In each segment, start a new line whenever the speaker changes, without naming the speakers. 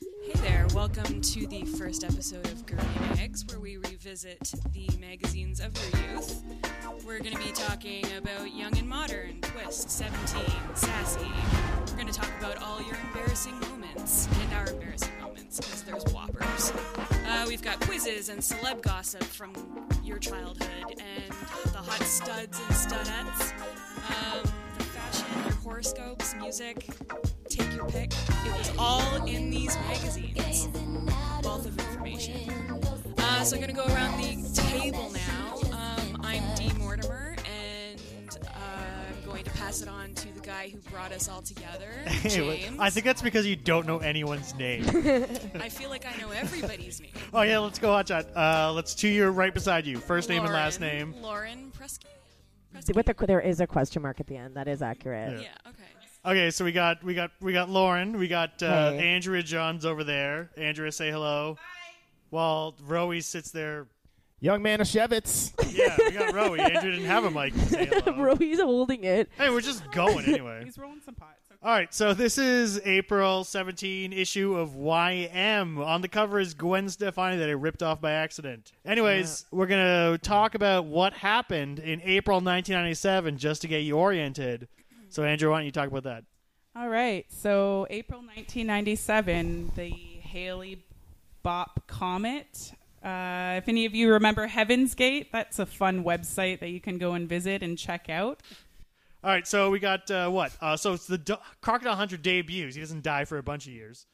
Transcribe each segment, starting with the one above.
Hey there, welcome to the first episode of Green Eggs, where we revisit the magazines of your youth. We're going to be talking about Young and Modern, Twist, 17, Sassy. We're going to talk about all your embarrassing moments and our embarrassing moments, because there's whoppers. Uh, we've got quizzes and celeb gossip from your childhood, and the hot studs and studettes, um, the fashion, your horoscopes, music. Take your pick. It was all in these magazines. Wealth of information. Uh, so I'm going to go around the table now. Um, I'm Dee Mortimer, and uh, I'm going to pass it on to the guy who brought us all together,
Hey, wait.
James.
I think that's because you don't know anyone's name.
I feel like I know everybody's name.
oh yeah, let's go watch that. Uh, let's to your right beside you. First name and last
Lauren-
name.
Lauren Presky.
See, With the, there is a question mark at the end. That is accurate.
Yeah. Okay.
Okay, so we got we got we got Lauren. We got uh,
Hey.
Andrea Johns over there. Andrea, say hello. Hi. While Rowie sits there.
Young Manischewitz.
Yeah, we got Rowie. Andrea didn't have a mic. To say hello.
Roby's holding it.
hey, we're just going anyway.
He's rolling some pot. So
All right, so this is April 17 issue of YM. On the cover is Gwen Stefani that I ripped off by accident. Anyways, we're going to talk about what happened in April 1997 just to get you oriented. So, Andrew, why don't you talk about that?
All right. So April 1997, the Haley Bop Comet. Uh, if any of you remember Heaven's Gate, that's a fun website that you can go and visit and check out.
All right, so we got uh, what? Uh, so it's the do- Crocodile Hunter debuts. He doesn't die for a bunch of years.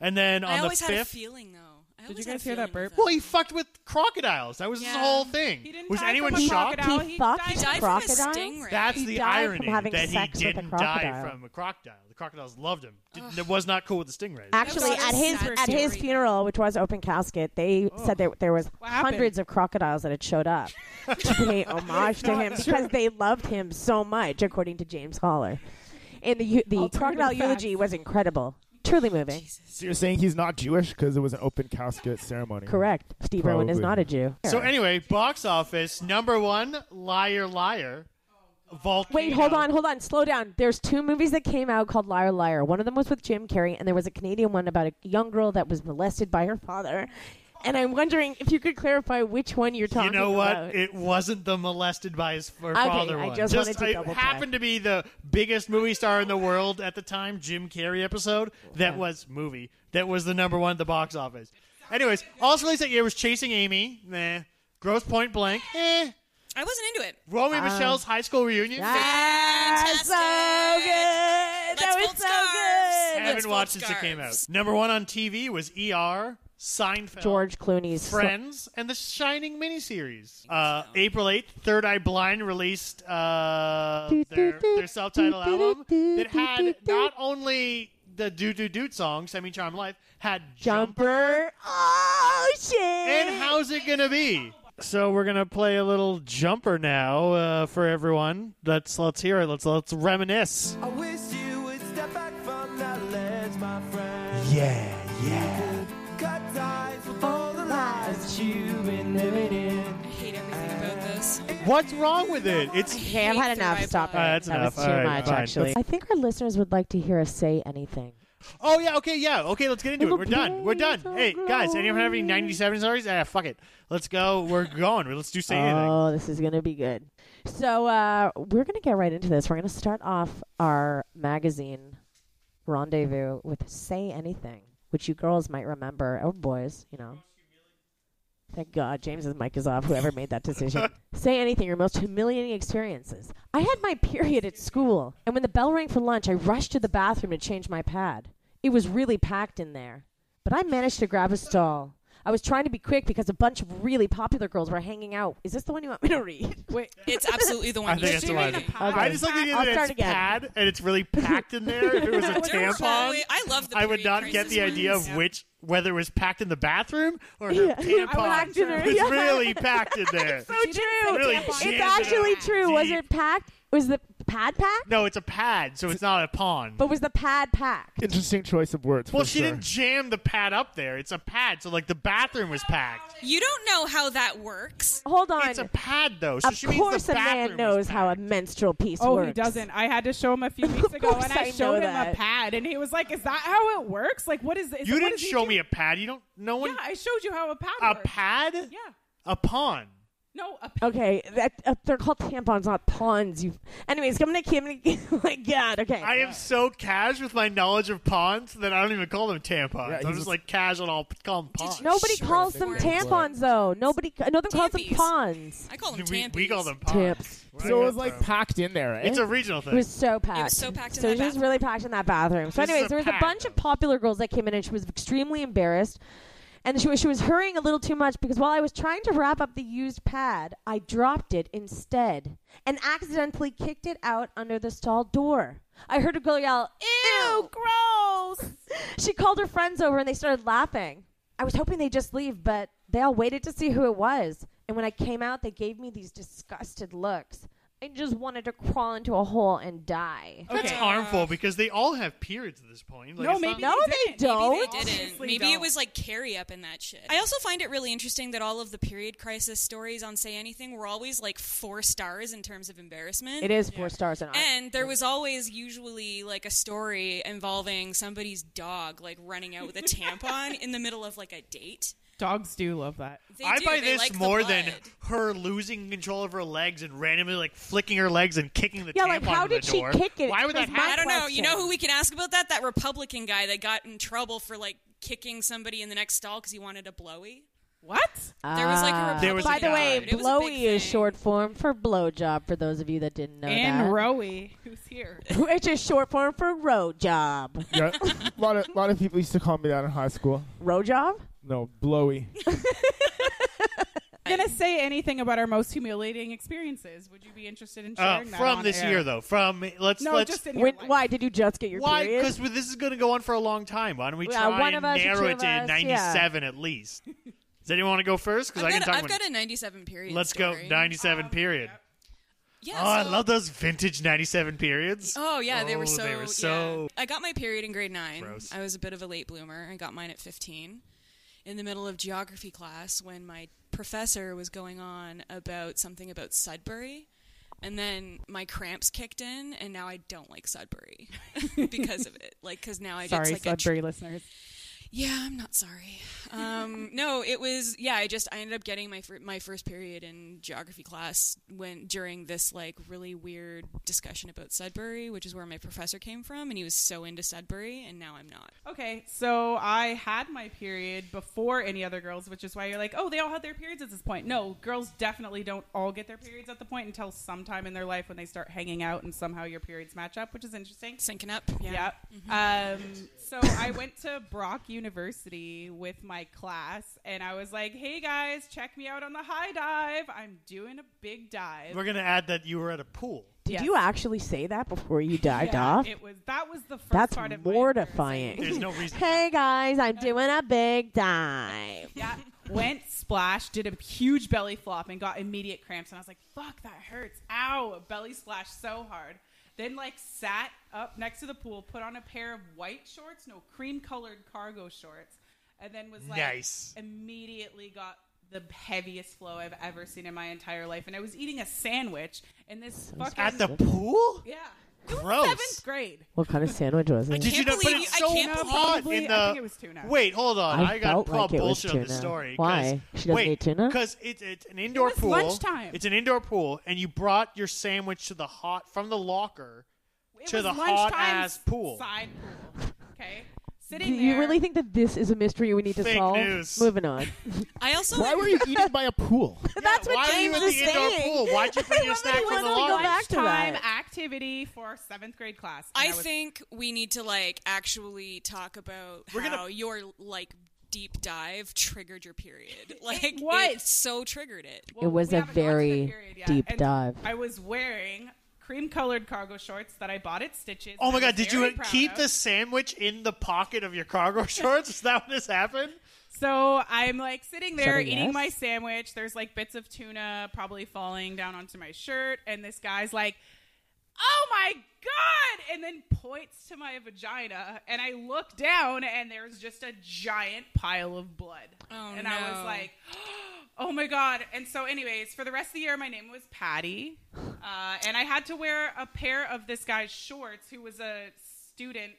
And then on
I
the
always
5th.
had a feeling though. I
Did you
always had
guys
a
hear that
feeling
burp?
with
well, he fucked with crocodiles. That was his
Yeah.
whole thing.
He didn't
was
die
anyone
from a
shocked?
crocodile.
He
He
fucked
died
He died from a
Crocodile?
stingray.
That's
He
the
died from
irony
having
that he
sex with a
didn't die
crocodile.
from a crocodile. The crocodiles loved him. Didn't, it was not cool with the stingrays.
Actually,
That was
at his
so
at his
scary.
funeral, which was open casket, they said that there was
What happened?
hundreds of crocodiles that had showed up to pay homage to him because they loved him so much, according to James Holler. And the eu- the
Alternative
crocodile
facts.
eulogy was incredible, truly moving.
So you're saying he's not Jewish because it was an open casket ceremony.
Correct. Steve Irwin is
Probably.
not a Jew.
So anyway, box office number one, Liar Liar, Volcano.
Wait, hold on, hold on, slow down. There's two movies that came out called Liar Liar. One of them was with Jim Carrey, and there was a Canadian one about a young girl that was molested by her father. And I'm wondering if you could clarify which one you're
You
talking about.
know what? It wasn't the molested by his her
Okay,
father
I
one.
just wanted to
it
double check.
happened to be the biggest movie star in the world at the time, Jim Carrey episode. That was movie. That was the number one at the box office. Anyways, also released that year was Chasing Amy. Nah. Gross Point Blank. Eh.
I wasn't into it.
Romy Michelle's High School Reunion.
Ah, so
Let's
good. that was
fold
so
scarves.
good.
I haven't
Let's
watched
fold
since it came out.
scarves.
Number one on TV was ER, Seinfeld,
George Clooney's
Friends, and The Shining miniseries. Uh, April 8th, Third Eye Blind released uh, their, their self-titled album that had not only the Do Do Doot song, Semi Charm Life, had Jump
Jumper. Oh shit.
and How's It Gonna Be? So we're gonna play a little jumper now uh, for everyone. Let's let's hear it. Let's let's reminisce.
I wish you would step back from that ledge, my friend.
Yeah, yeah.
Cut ties with all the lies that you've been living in.
I hate everything about this.
What's wrong with it? It's
okay, I've
hate
had
the
enough.
right
Stop it.
button.
Uh, that's
that
enough.
was too
All right,
much,
fine.
actually. I think our listeners would like to hear us say anything.
Oh yeah, okay, yeah, okay. Let's get into
It
it.
will
We're done. We're done.
blaze
Hey
of
guys, anyone have any
glory.
ninety-seven stories? Ah, fuck it. Let's go. We're going. Let's do say anything.
Oh, this is going to be good. So, uh, we're going to get right into this. We're going to start off our magazine rendezvous with Say Anything, which you girls might remember, or boys, you know. Thank God, James's mic is off, whoever made that decision. Say anything, your most humiliating experiences. I had my period at school, and when the bell rang for lunch, I rushed to the bathroom to change my pad. It was really packed in there, but I managed to grab a stall. I was trying to be quick because a bunch of really popular girls were hanging out. Is this the one you want me to read?
Wait,
It's absolutely the
I
one.
think
you
that's
should
the
be
one.
reading.
Okay.
I just like the idea
I'll
that
start
it's
again.
pad and it's really packed in there. if it was a
There were
tampon,
always- I love the.
I would
period
not get
crisis
the idea of
ones.
which whether it was packed in the bathroom or her
Yeah.
tampon.
Packed in her,
It's
yeah.
really packed in there.
So true.
really
it's
jammed it
actually
up
true. Was
deep.
it packed? Was the pad pack?
No, it's a pad, so it's not a pawn.
But was the pad packed?
Interesting choice of words.
well,
for
she
sure.
didn't jam the pad up there. It's a pad, so like the bathroom was packed.
You don't know how that works.
Hold on.
It's a pad though, so
of
she means
course,
the
a
bathroom
man
was
knows how a
packed.
menstrual piece
Oh,
works.
he doesn't. I had to show him a few weeks ago,
course
and
I
I showed
know
him
that.
a pad, and he was like, "Is that how it works? Like, what is this?
You
What
didn't
does he
show
do?"
me a pad. You don't. No one.
Yeah, I showed you how a pad.
a
works.
pad.
Yeah.
A pawn.
No, a pad.
Okay, that, uh, they're called tampons, not pawns. You. Anyways, I'm gonna keep. I'm gonna, oh my God. Okay.
I am so cash with my knowledge of pawns that I don't even call them tampons. I'm
Yeah, he's
just
just-
like cash on all call them pawns.
Nobody
Sure,
calls
they
them
work.
tampons though. Nobody. No one calls them
Tampies.
pawns.
I call them
we,
tampies.
we call them pawns.
Tamps.
Where I
So it
got
was like
from.
packed in there. Eh?
it's a regional
It
thing.
was so packed.
so packed in
So
that
she was
bathroom.
really packed in that bathroom. So,
This is
anyways,
a
there was a
pack,
bunch of
though.
popular girls that came in, and she was extremely embarrassed. And she was she was hurrying a little too much because while I was trying to wrap up the used pad, I dropped it instead and accidentally kicked it out under the stall door. I heard a girl yell, "Ew, gross!" she called her friends over, and they started laughing. I was hoping they would just leave, but they all waited to see who it was. And when I came out, they gave me these disgusted looks. I just wanted to crawl into a hole and die.
Oh,
That's
Okay.
harmful because they all have periods at this point. Like,
No,
it's not-
maybe
No,
he
they
didn't.
don't.
Maybe they
Maybe they
didn't.
obviously
Maybe it
don't.
was like carry up and that shit. Oh. I also find it really interesting that all of the period crisis stories on Say Anything were always like four stars in terms of embarrassment.
It is four stars and, I
And there was always usually like a story involving somebody's dog like running out with a tampon in the middle of like a date.
dogs do love that.
They
I
do.
buy
They
this
like the
more than
blood.
her losing control of her legs and randomly like flicking her legs and kicking the
Yeah,
tampon
like, how
in the
did she
door.
kick it?
Why would
It
that
was my
I
happen?
don't know. You know
question.
who we can ask about that? That Republican guy that got in trouble for like kicking somebody in the next stall because he wanted a blowy.
What?
There was like a
Ah.
There was
By
a
the way,
guy.
It was a big
blowy is
thing.
short form for blowjob. For those of you that didn't know
and
that,
Rowie, who's here?
which is short form for road job.
yeah, a lot of lot of people used to call me that in high school.
Road job?
No, blowy.
I'm gonna say anything about our most humiliating experiences. Would you be interested in
Uh,
sharing that
from
on
this
air?
year though, from let's
No,
let's
just in your
When,
life.
why did you just get your
why
period?
because this is going to go on for a long time. Why don't we
Yeah,
try
one
and
of us or two
narrow
of
it to
us,
ninety seven at least? Does anyone want to go first? Because I
I've,
can
got,
talk.
a- I've
about-
got a 97 period.
let's go
story. Um,
ninety seven period.
Yeah,
Oh, I
so-
love those vintage ninety seven periods.
Oh yeah, they
Oh,
were so.
they were so-
yeah. I got my period in grade nine.
Gross.
I was a bit of a late bloomer. I got mine at fifteen, in the middle of geography class when my professor was going on about something about Sudbury, and then my cramps kicked in, and now I don't like Sudbury because of it. Like, because now I
Sorry,
just like a tr-
Sudbury listeners.
yeah, I'm not sorry. Um, no, it was yeah. I just I ended up getting my fir- my first period in geography class when during this like really weird discussion about Sudbury, which is where my professor came from, and he was so into Sudbury, and now I'm not.
Okay, so I had my period before any other girls, which is why you're like, oh, they all had their periods at this point. No, girls definitely don't all get their periods at the point until sometime in their life when they start hanging out and somehow your periods match up, which is interesting.
Syncing up, yeah.
Yeah. Um, so I went to Brock University with my class, and I was like, hey guys, check me out on the high dive. I'm doing a big dive.
We're gonna add that you were at a pool.
did
Yes.
you actually say that before you dived
Yeah,
off?
It was that was the first
That's
part of my
mortifying.
There's no reason.
hey guys, I'm doing a big dive.
Yeah. Went, splashed, did a huge belly flop, and got immediate cramps. And I was like, fuck, that hurts. Ow. Belly splashed so hard. Then, like, sat up next to the pool, put on a pair of white shorts, no, cream colored cargo shorts, and then was like,
Nice.
immediately got the heaviest flow I've ever seen in my entire life. And I was eating a sandwich, and this fucking.
At the pool?
yeah.
Gross.
Seventh grade.
What kind of sandwich was it?
Did you
can't
not put
believe
it
you- I
so
can't
hot
believe-
Probably-
in
I
the?
think it was tuna.
Wait, hold on.
I
I, got
felt
prob
like it was
bullshit on the
tuna.
story.
Why? She doesn't
wait,
eat tuna?
Because it's it's an indoor
was
pool.
lunchtime.
It's an indoor pool, and you brought your sandwich to the hot from the locker.
It
To
was
the
lunchtime
hot-ass pool.
Side pool. Okay.
Do
Sitting
you
there-
really think that this is a mystery we need to
Fake
solve?
news.
Moving on.
I also
Why were you eaten by a pool?
That's
Why
what
are you
James
at
is
the indoor
saying.
pool? Why'd you bring your
Everybody
snack from
wants
the
to go
locker?
back to
time
that.
activity for seventh grade class. And
I
was-
think we need to like actually talk about
We're gonna-
how your like deep dive triggered your period. Like
was.
it so triggered it.
Well,
It was
we
a
haven't gone to the
very
period yet,
deep
and
dive.
I was wearing cream colored cargo shorts that I bought at Stitches.
Oh
and
my
I
god!
was
Did
very
you
proud
keep
of.
the sandwich in the pocket of your cargo shorts? Is that what this happened?
So I'm like sitting there
Said a
eating
yes?
my sandwich. There's like bits of tuna probably falling down onto my shirt, and this guy's like, oh my god and then points to my vagina and i look down and there's just a giant pile of blood
Oh,
and i
no.
was like oh my god and so anyways for the rest of the year my name was patty uh, and i had to wear a pair of this guy's shorts who was a student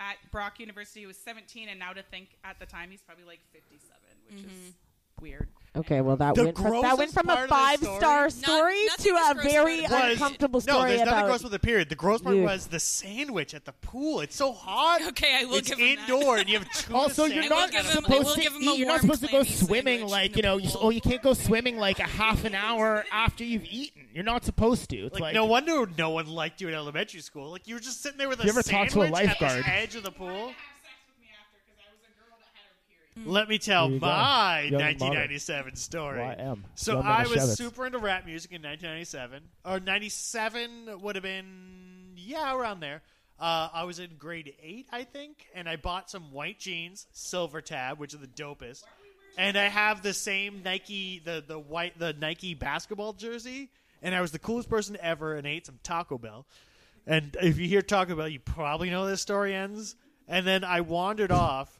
at brock university who was 17 and now to think at the time he's probably like 57 which is
Mm-hmm.
weird
Okay, well that
The
went from, that went
grossest
from a
part of the
five
story-
star story
Not-
to
nothing is
a
gross
very
about it.
Was-
uncomfortable
No,
story
there's nothing
about
gross with the period. The gross part
You.
was the sandwich at the pool. It's so hot.
Okay, I will
it's
give him that.
indoor, and you have tuna
Also, you're
I
sandwich.
will
not
give him- I will
supposed
give
to
him a
eat. You're not
warm,
supposed to go
clammy
swimming
sandwich
like
in
you
the
know. You, s-
pool.
oh, you can't go swimming like a half an hour after you've eaten. You're not supposed to. It's
Like,
like,
no wonder no one liked you in elementary school. Like you were just sitting there with a
You ever talk
sandwich
to a
at
lifeguard?
the edge of the pool.
have sex with me after because I was a girl that had her period.
Let me tell
Here you go.
my
Young
1997 story.
YM.
So
Young
I
Manischewitz.
was super into rap music in 1997, or 97 would have been yeah around there. Uh, I was in grade eight, I think, and I bought some white jeans, silver tab, which are the dopest, and I have the same Nike, the the white, the Nike basketball jersey, and I was the coolest person ever, and ate some Taco Bell. And if you hear Taco Bell, you probably know this story ends. And then I wandered off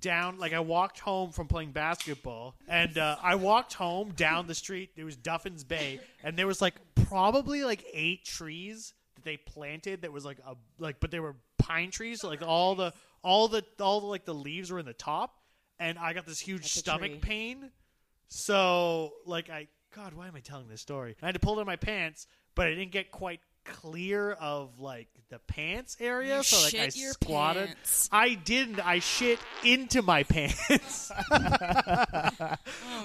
down like I walked home from playing basketball and uh, I walked home down the street there was Duffins Bay and there was like probably like eight trees that they planted that was like a like but they were pine trees so like all the all the all the like the leaves were in the top and I got this huge
a
stomach
tree.
pain so like I god why am I telling this story I had to pull down my pants but I didn't get quite clear of like the pants area
You
so like I
shit your
squatted
pants.
I didn't. I shit into my pants.
Oh,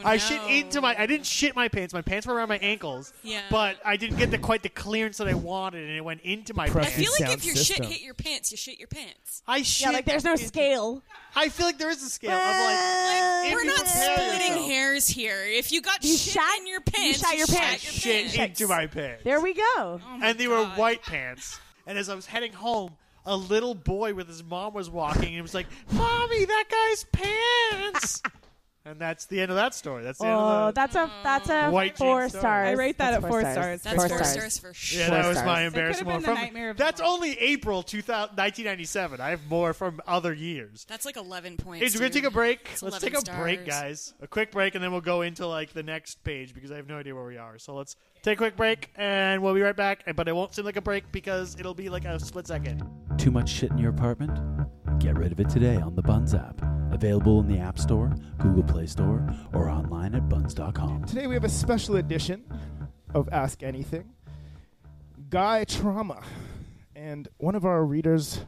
I
no.
shit into my. I didn't shit my pants. My pants were around my ankles.
Yeah.
But I didn't get the quite the clearance that I wanted, and it went into my
Press
I feel
pants.
like
sound
if your
system.
shit hit your pants, you shit your pants.
I shit.
Yeah, like there's no
into-
scale.
I feel like there is a scale. I'm like.
Like,
if
we're
you
not
prepare
splitting
yourself.
hairs here. If you got
You
shit
shot-
in your pants,
shot your
I
pants.
your
shit
pants.
into my pants.
There we go.
Oh my
and they were
God.
white pants. And as I was heading home, a little boy with his mom was walking and was like, "Mommy, that guy's pants." and that's the end of that story. That's the end
Oh,
of the.
that's a that's a
White jeans
four
story.
stars.
I rate that
That's
at four stars.
That's
Four
four,
stars.
stars for sure.
Yeah,
Four
that was
stars.
my
It
could've
embarrassment.
been the
from,
nightmare of
that's
the month.
only April 2000, 1997. I have more from other years.
That's like 11 points.
Hey, so we're gonna
dude.
take a break.
It's
let's
11
take a break,
stars.
guys. A quick break, and then we'll go into like the next page because I have no idea where we are. So let's take a quick break, and we'll be right back. And- But it won't seem like a break because it'll be like a split second.
Too much shit in your apartment? Get rid of it today on the Buns app. Available in the App Store, Google Play Store, or online at buns.com.
Today we have a special edition of Ask Anything. Guy trauma. And one of our readers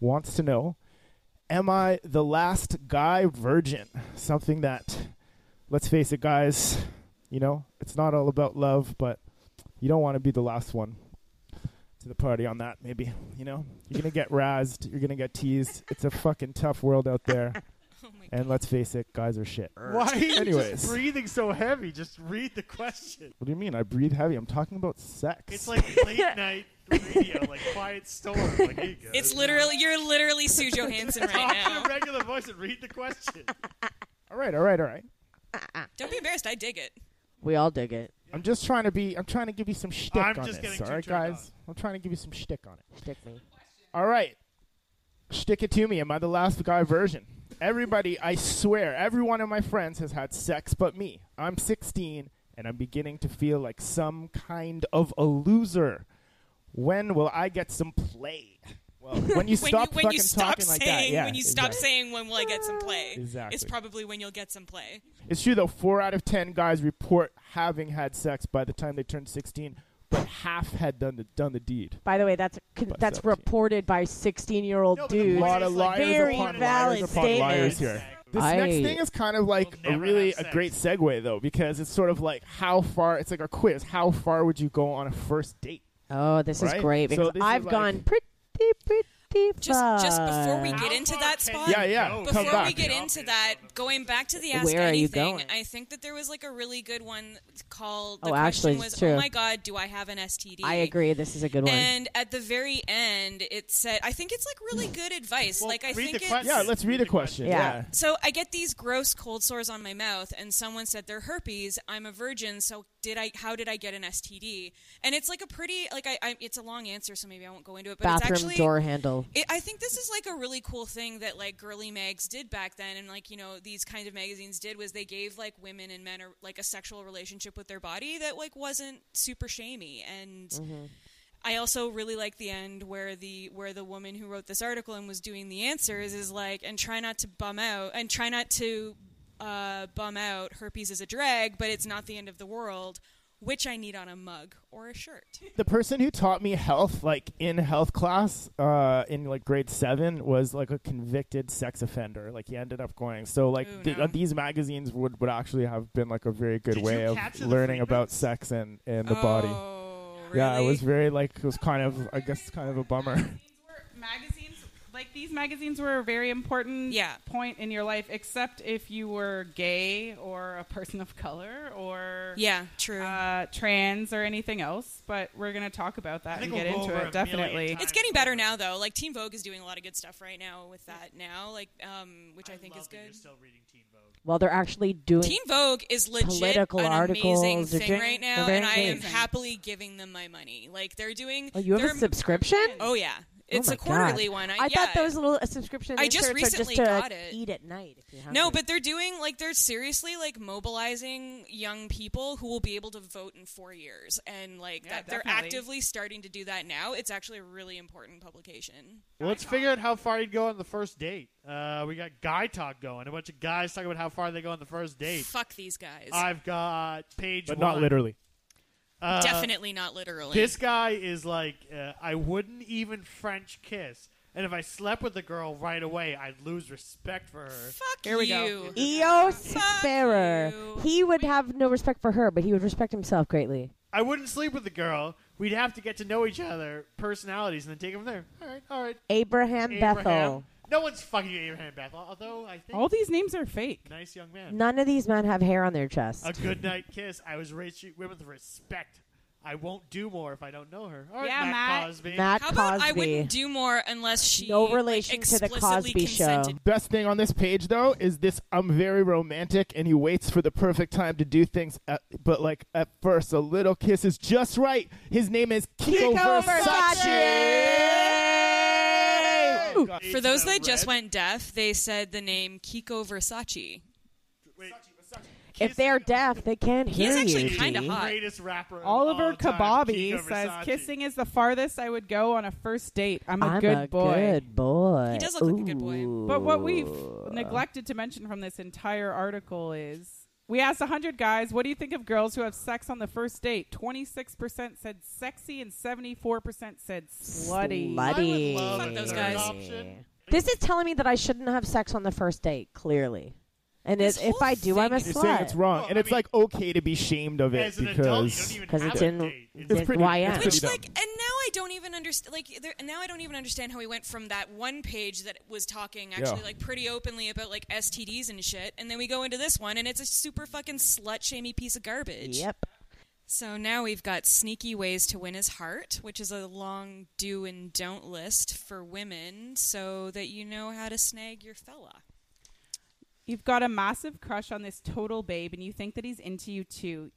wants to know Am I the last guy virgin? Something that, let's face it, guys, you know, it's not all about love, but you don't want to be the last one to the party on that, maybe. You know, you're going to get razzed, you're going to get teased. It's a fucking tough world out there.
Oh my
And let's face it, guys are shit.
Why are you
Anyways.
just breathing so heavy? Just read the question.
What do you mean? I breathe heavy. I'm talking about sex.
It's like late night radio, like quiet storm. Like, hey, guys.
It's literally you're literally Sue Johansson right
Talk in
now.
a regular voice and read the question.
all right, all right, all right.
Don't be embarrassed. I dig it.
We all dig it.
I'm just trying to be. I'm trying to give you some shtick
I'm
on
just
this.
getting
All
too
right,
turned
guys. I'm trying to give you some shtick on it.
Stick me.
All right, shtick it to me. Am I the last guy version? Everybody, I swear, every one of my friends has had sex, but me. I'm 16, and I'm beginning to feel like some kind of a loser. When will I get some play? Well, when you
When
stop
you when
fucking
you stop
talking
saying
like that, yeah,
when you stop
exactly.
saying when will I get some play, it's
Exactly.
probably when you'll get some play.
It's true though. Four out of ten guys report having had sex by the time they turned sixteen, but half had done the done the deed.
By the way, that's con-
By
that's
17.
reported by 16 year old
No, but the
dudes.
point
Lot
is,
of
like,
liars
very
upon
valid
liars upon liars
statements.
here. This
I-
next thing is kind of like
We'll
a
never
really
have
a
sex.
great segue though, because it's sort of like how far. It's like a quiz. How far would you go on a first date?
Oh, this
Right?
is great
So
because
this is
I've
like-
gone pretty pretty the
Just
fuck?
just before we get into that
can
spot.
you
Yeah, yeah,
go?
come
Before
back.
we get into that, going back to the ask
Where are you
anything,
going?
I think that there was like a really good one called. The
Oh,
question
actually, it's
was,
true.
oh my god, do I have an STD?
I agree. This is a good one.
And at the very end, it said, I think it's like really good advice.
Well,
like I
read
think
the
it's,
question.
Yeah, let's read a question.
Yeah.
Yeah.
So I get these gross cold sores on my mouth, and someone said they're herpes. I'm a virgin, so did I? How did I get an STD? And it's like a pretty like I, I it's a long answer, so maybe I won't go into it. But
Bathroom
it's actually
door handle.
It, I think this is like a really cool thing that like girly mags did back then, and like you know these kinds of magazines did was they gave like women and men a, like a sexual relationship with their body that like wasn't super shamey. And
Mm-hmm.
I also really like the end where the where the woman who wrote this article and was doing the answers is like, and try not to bum out and try not to uh, bum out. Herpes is a drag, but it's not the end of the world. Which I need on a mug or a shirt.
the person who taught me health, like in health class, uh, in like grade seven, was like a convicted sex offender. Like he ended up going. So like
Ooh,
th-
no.
uh, these magazines would, would actually have been like a very good
Did
way
you
of
capture the
learning about
freedoms?
sex and, and the body.
Oh,
Yeah, it
really?
was very like it was kind of I guess kind of a bummer.
Mm.
Magazines were- magazines like these magazines were a very important
Yeah.
point in your life except if you were gay or a person of color or
Yeah, true.
uh, trans or anything else but we're going to talk about that
I
and
think
get
we'll go
into
over
it
a million
definitely
times.
It's getting better now, though. Like Teen Vogue is doing a lot of good stuff right now with that now, like um, which I, think
love
is
that You're
good.
still reading Teen Vogue.
well, they're actually doing.
Teen Vogue is legit
Political
an amazing
articles, they're
thing
doing-
right now,
they're
and I am
engaged.
happily giving them my money. Like they're doing.
oh, you have
they're-
a subscription?
Oh yeah, it's
my
a quarterly
God.
one. I,
I
yeah.
thought those little uh, subscription.
I just
inserts are
recently
just to
got it.
Eat at night. If you're hungry.
No, but they're doing like they're seriously like mobilizing young people who will be able to vote in four years, and like
Yeah,
that, they're
definitely.
actively starting to do that now. It's actually a really important publication.
Well, let's figure out how far you'd go on the first date. Uh, we got guy talk going. A bunch of guys talking about how far they go on the first date.
Fuck these guys.
I've got page
But
one.
not literally.
Uh,
Definitely not literally.
This guy is like, uh, I wouldn't even French kiss. And if I slept with the girl right away, I'd lose respect for her.
Fuck
Here we
you.
go.
Eos
Fuck
Sparrow.
you.
He would have no respect for her, but he would respect himself greatly.
I wouldn't sleep with the girl. We'd have to get to know each other, personalities, and then take it from there. All right, all right.
Abraham, Bethel.
Abraham. No one's fucking Abraham Bethel, although I think
all these names are fake
nice young man.
None of these men have hair on their chest.
A good night kiss. I was raised to treat women with respect. I won't do more if I don't know her. All right,
Yeah,
Matt,
Matt.
Cosby.
Matt
How about I
Cosby.
wouldn't do more unless she
No
like,
relation to the
explicitly
Cosby Show.
consented.
Best thing on this page though is this I'm very romantic and he waits for the perfect time to do things at, but like at first a little kiss is just right. His name is Kiko,
Kiko
Versace.
Ooh.
God.
For those that
Red.
just went deaf, they said the name Kiko Versace.
Wait,
If they're deaf, they can't hear
actually
you.
kinda
Dee.
hot.
Greatest rapper. of
Oliver
all time,
Kababi
Kiko
says
Versace.
kissing is the farthest I would go on a first date. I'm a
I'm
good
a
boy.
good boy.
He does look like a good boy.
Ooh.
But what we've neglected to mention from this entire article is we asked 100 guys, what do you think of girls who have sex on the first date? 26% said sexy and 74% said slutty.
Slutty.
I would love
those
a third
guys.
option.
This is telling me that I shouldn't have sex on the first date, clearly. And
This
it, if
whole
I do, I'm a
thing
You're saying it's
slut.
wrong,
Well,
and
I
it's
mean-
like okay to be shamed of it
As an
because
adult, you don't even
Because
have
it's
a
in
date. It's
it's
pretty-
YM.
it's pretty
Which
dumb.
like, and now I don't even understand. Like, there, now I don't even understand how we went from that one page that was talking actually
Yeah.
like pretty openly about like STDs and shit, and then we go into this one, and it's a super fucking slut shamey piece of garbage.
Yep.
So now we've got sneaky ways to win his heart, which is a long do and don't list for women, so that you know how to snag your fella.
You've got a massive crush on this total babe and you think that he's into you too.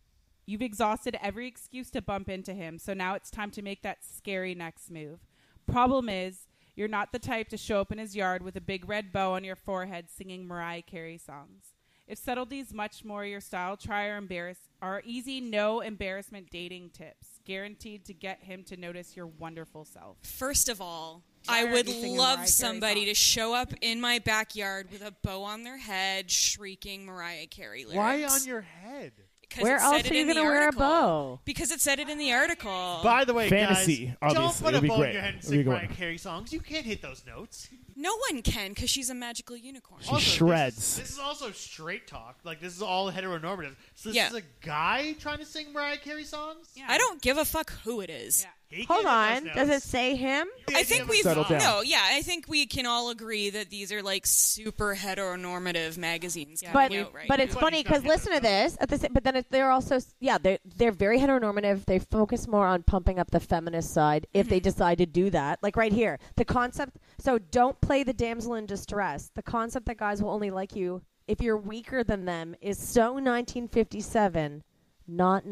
You've exhausted every excuse to bump into him, so now it's time to make that scary next move. Problem is, you're not the type to show up in his yard with a big red bow on your forehead singing Mariah Carey songs. If subtlety is much more your style, try our embarrass our easy no embarrassment dating tips, guaranteed to get him to notice your wonderful self.
First of all,
Why
I
aren't
would
you singing Mariah
love
Carey
somebody
songs?
to show up in my backyard with a bow on their head, shrieking Mariah Carey lyrics.
Why on your head?
'Cause
Where
it said
else
it
are you
in the
gonna wear a
article.
bow?
Because it said it in the article.
Um, By the way,
Fantasy,
guys,
obviously,
don't
it'll
put a
be
ball in
great.
your head and
It'll
sing
be going.
Mariah Carey songs. You can't hit those notes.
no one can, because she's a magical unicorn.
Oh,
She shreds.
This is, this is also straight talk. Like this is all heteronormative. So this
Yeah.
is a guy trying to sing Mariah Carey songs.
Yeah.
I don't give a fuck who it is.
Yeah.
He
Hold
gave us
on.
those
Does it
notes.
say him?
He
I
gave
think
us
we've
Settle down.
no, yeah. I think we can all agree that these are like super heteronormative magazines coming
But
out right
but
now.
it's
Well,
funny
he's not
because listen to this. At the sa- but then it, they're also s- yeah they're they're very heteronormative. They focus more on pumping up the feminist side if
Mm-hmm.
they decide to do that. Like right here, the concept. So don't play the damsel in distress. The concept that guys will only like you if you're weaker than them is so 1957, not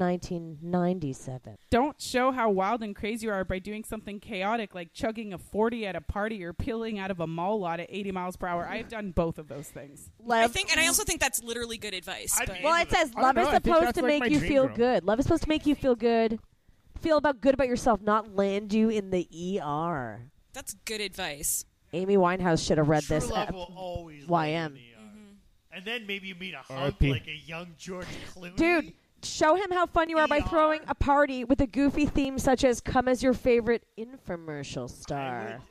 1997.
Don't show how wild and crazy you are by doing something chaotic like chugging a 40 at a party or peeling out of a mall lot at 80 miles per hour. I've done both of those things.
I
Love
think, and I also think that's literally good advice.
I'd
but-
be-
Well, it says
I
love
don't
is
know. I think
supposed
that's
to
like
make
my
you
dream
feel
girl.
good. Love is supposed to make you feel good. Feel about good about yourself, not land you in the ER.
that's good advice.
Amy Winehouse should have read
True
this.
love
ep-
will always
YM.
lead you
Mm-hmm.
in the ER. And then maybe you meet a hunk
R.I.P.
like a young George Clooney.
Dude, show him how fun you are by
ER.
E
throwing a party with a goofy theme such as "Come as your favorite infomercial
I
Uh,
star."
would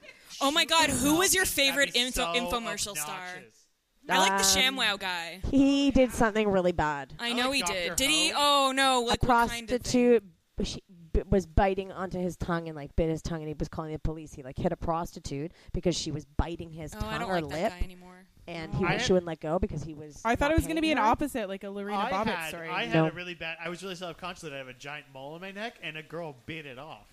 Oh my
shoot
God, who
him
was your
up. That'd
favorite
be
info-
so
infomercial star?
obnoxious.
I like the
Um,
ShamWow guy.
He did something really bad.
I
I
know
like
he
Dr.
did. Did he?
Ho.
Oh no! Like
a
what kind of thing?
prostitute b- she b- was biting onto his tongue and like bit his tongue, and he was calling the police. He like hit a prostitute because she was biting his
Oh,
tongue
I don't
or
like
lip,
that guy anymore.
and he
I
was,
had-
she wouldn't let go because he was.
I thought
not
it was going to
paying
be an
her.
opposite, like a Lorena
I
Bobbitt
had,
story.
I had
No.
a really bad. I was really self-conscious that I have a giant mole on my neck, and a girl bit it off,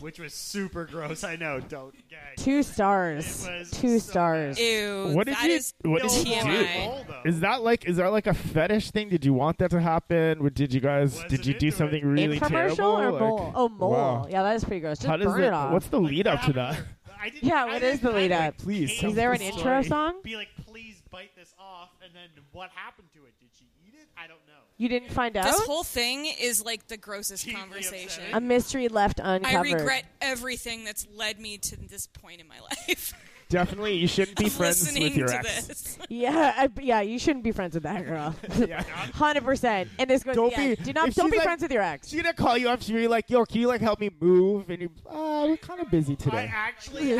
which was super gross. I know. Don't gag.
Two stars.
It was
Two
so
stars.
Ew.
What did
that
you?
is-
What
No
did you
TMI.
do?
mole, though.
Is that like is that like a fetish thing? Did you want that to happen? Or did you guys
Wasn't
did you
into
do
it.
something really
Infomercial
terrible?
or
Like-
mole? oh, mole.
Wow.
Yeah, that is pretty gross. Just
How does
burn
it,
it off.
What's the lead up to that?
I didn't,
yeah,
I
what
didn't
is the
have,
lead
like,
up?
Please
Is
tell
Is
me
there
the
an intro
story.
song?
Be like, please bite this off, and then what happened to it? Did she eat it? I don't know.
You didn't find out?
This whole thing is like the grossest
Deeply
conversation.
upsetting.
a mystery left
I
uncovered.
regret everything that's led me to this point in my life.
Definitely, you shouldn't be
I'm
friends
listening
with your
to
ex.
this.
Yeah, I, yeah, you shouldn't be friends with that girl. Hundred percent. And this goes.
Don't
yeah,
be-
do not.
if
Don't
she's
be
like-
friends with your ex.
She gonna call you up. She be like, "Yo, can you like help me move?" And you, uh, we're kind of busy
I
today.
actually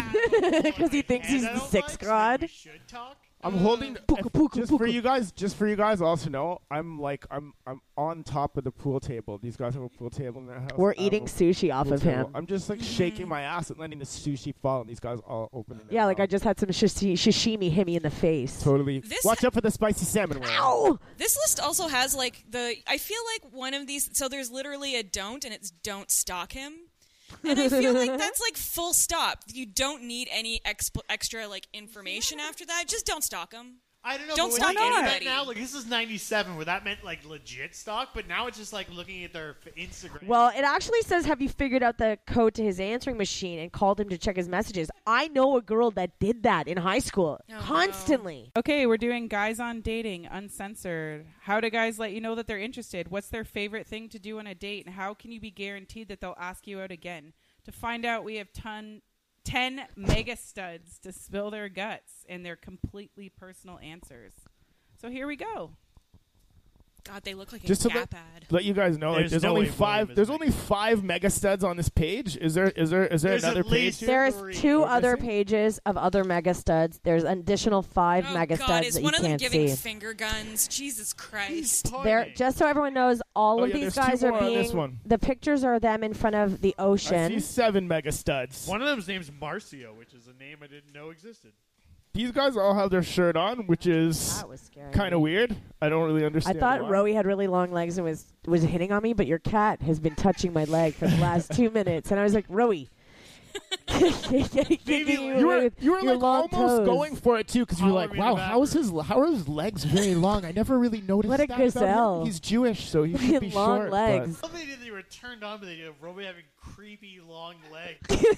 because
he thinks he's the sixth god.
We should talk.
I'm holding
Puka,
if-
puka,
just for
puka.
you guys. Just for you guys, also know I'm like I'm I'm on top of the pool table. These guys have a pool table in their house.
We're
I have
eating
a
sushi off
pool
of
table.
him.
I'm just like shaking my ass and letting the sushi fall, and these guys all open. Their
Yeah, like I
mouth.
just had some shishi- sashimi hit me in the face.
totally.
This
Watch out for the spicy salmon. whale.
Ow!
This list also has like the. I feel like one of these. So there's literally a don't, and it's don't stalk him. And I feel like that's like full stop. You don't need any exp- extra like information after that. Just don't stalk him.
I don't know.
Don't
but
stalk
when you do that
anybody.
Now, like this is '97, where that meant like legit stock, but now it's just like looking at their f- Instagram.
Well, it actually says, "Have you figured out the code to his answering machine and called him to check his messages?" I know a girl that did that in high school
Oh,
no.
constantly.
Okay, we're doing guys on dating, uncensored. How do guys let you know that they're interested? What's their favorite thing to do on a date? And how can you be guaranteed that they'll ask you out again? To find out, we have ton, 10 mega studs to spill their guts and their completely personal answers. So here we go.
God, they look like
Just
a
to let-
Gap ad.
let you guys know, like,
There's
there's,
no way
only
William
five.
is
There's
making
only five mega studs on this page. Is there? Is there? Is there
There's
another
at least-
page?
There's
Three.
two
We're
other
missing?
pages of other mega studs. There's an additional five
Oh
mega
God,
studs
is
that
one
you
of them
can't
giving
see.
finger guns? Jesus Christ!
They're, just so everyone knows, all
Oh,
of
yeah,
these
there's two
guys are
more on
being.
this one.
The pictures are them in front of the
I see
ocean.
seven mega studs.
One of them's name's Marcio, which is a name I didn't know existed.
These guys all have their shirt on, which is
That was scary.
kind of weird. I don't really
I
understand.
thought
why.
Rowie had really long legs and was was hitting on me, but your cat has been touching my leg for the last two minutes, and I was like, Rowie.
Maybe
you,
You were,
with
you were
your
like
long
almost
toes.
going for it too, because you were
Holler
like,
me in
"Wow,
the
how is his how are his legs very long? I never really noticed."
What a
that about him.
gazelle.
He's Jewish, so he should be
long
short, but-
legs.
I love the idea that you were turned on by the idea of Roby having creepy long legs.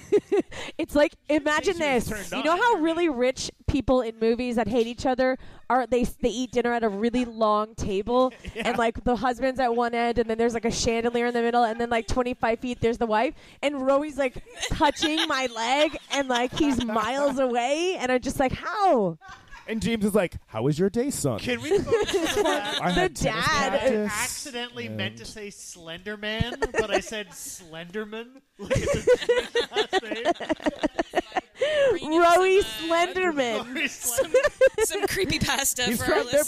It's like imagine
she was
this.
turned
You
on.
know how really rich people in movies that hate each other are they they eat dinner at a really long table and like the husband's at one end and then there's like a chandelier in the middle and then like 25 feet there's the wife and Rowie's like touching my leg and like he's miles away and I'm just like how
And James is like, "How was your day, son?"
Can we focus on that?
I
The
had tennis
dad is-
practice.
accidentally meant to say Slender Man, but I said Slenderman. Like it's a last name.
Bringing in
Rowie
some, uh,
Slenderman.
Sorry, Slender-
some creepy pasta
He's
for our
right there.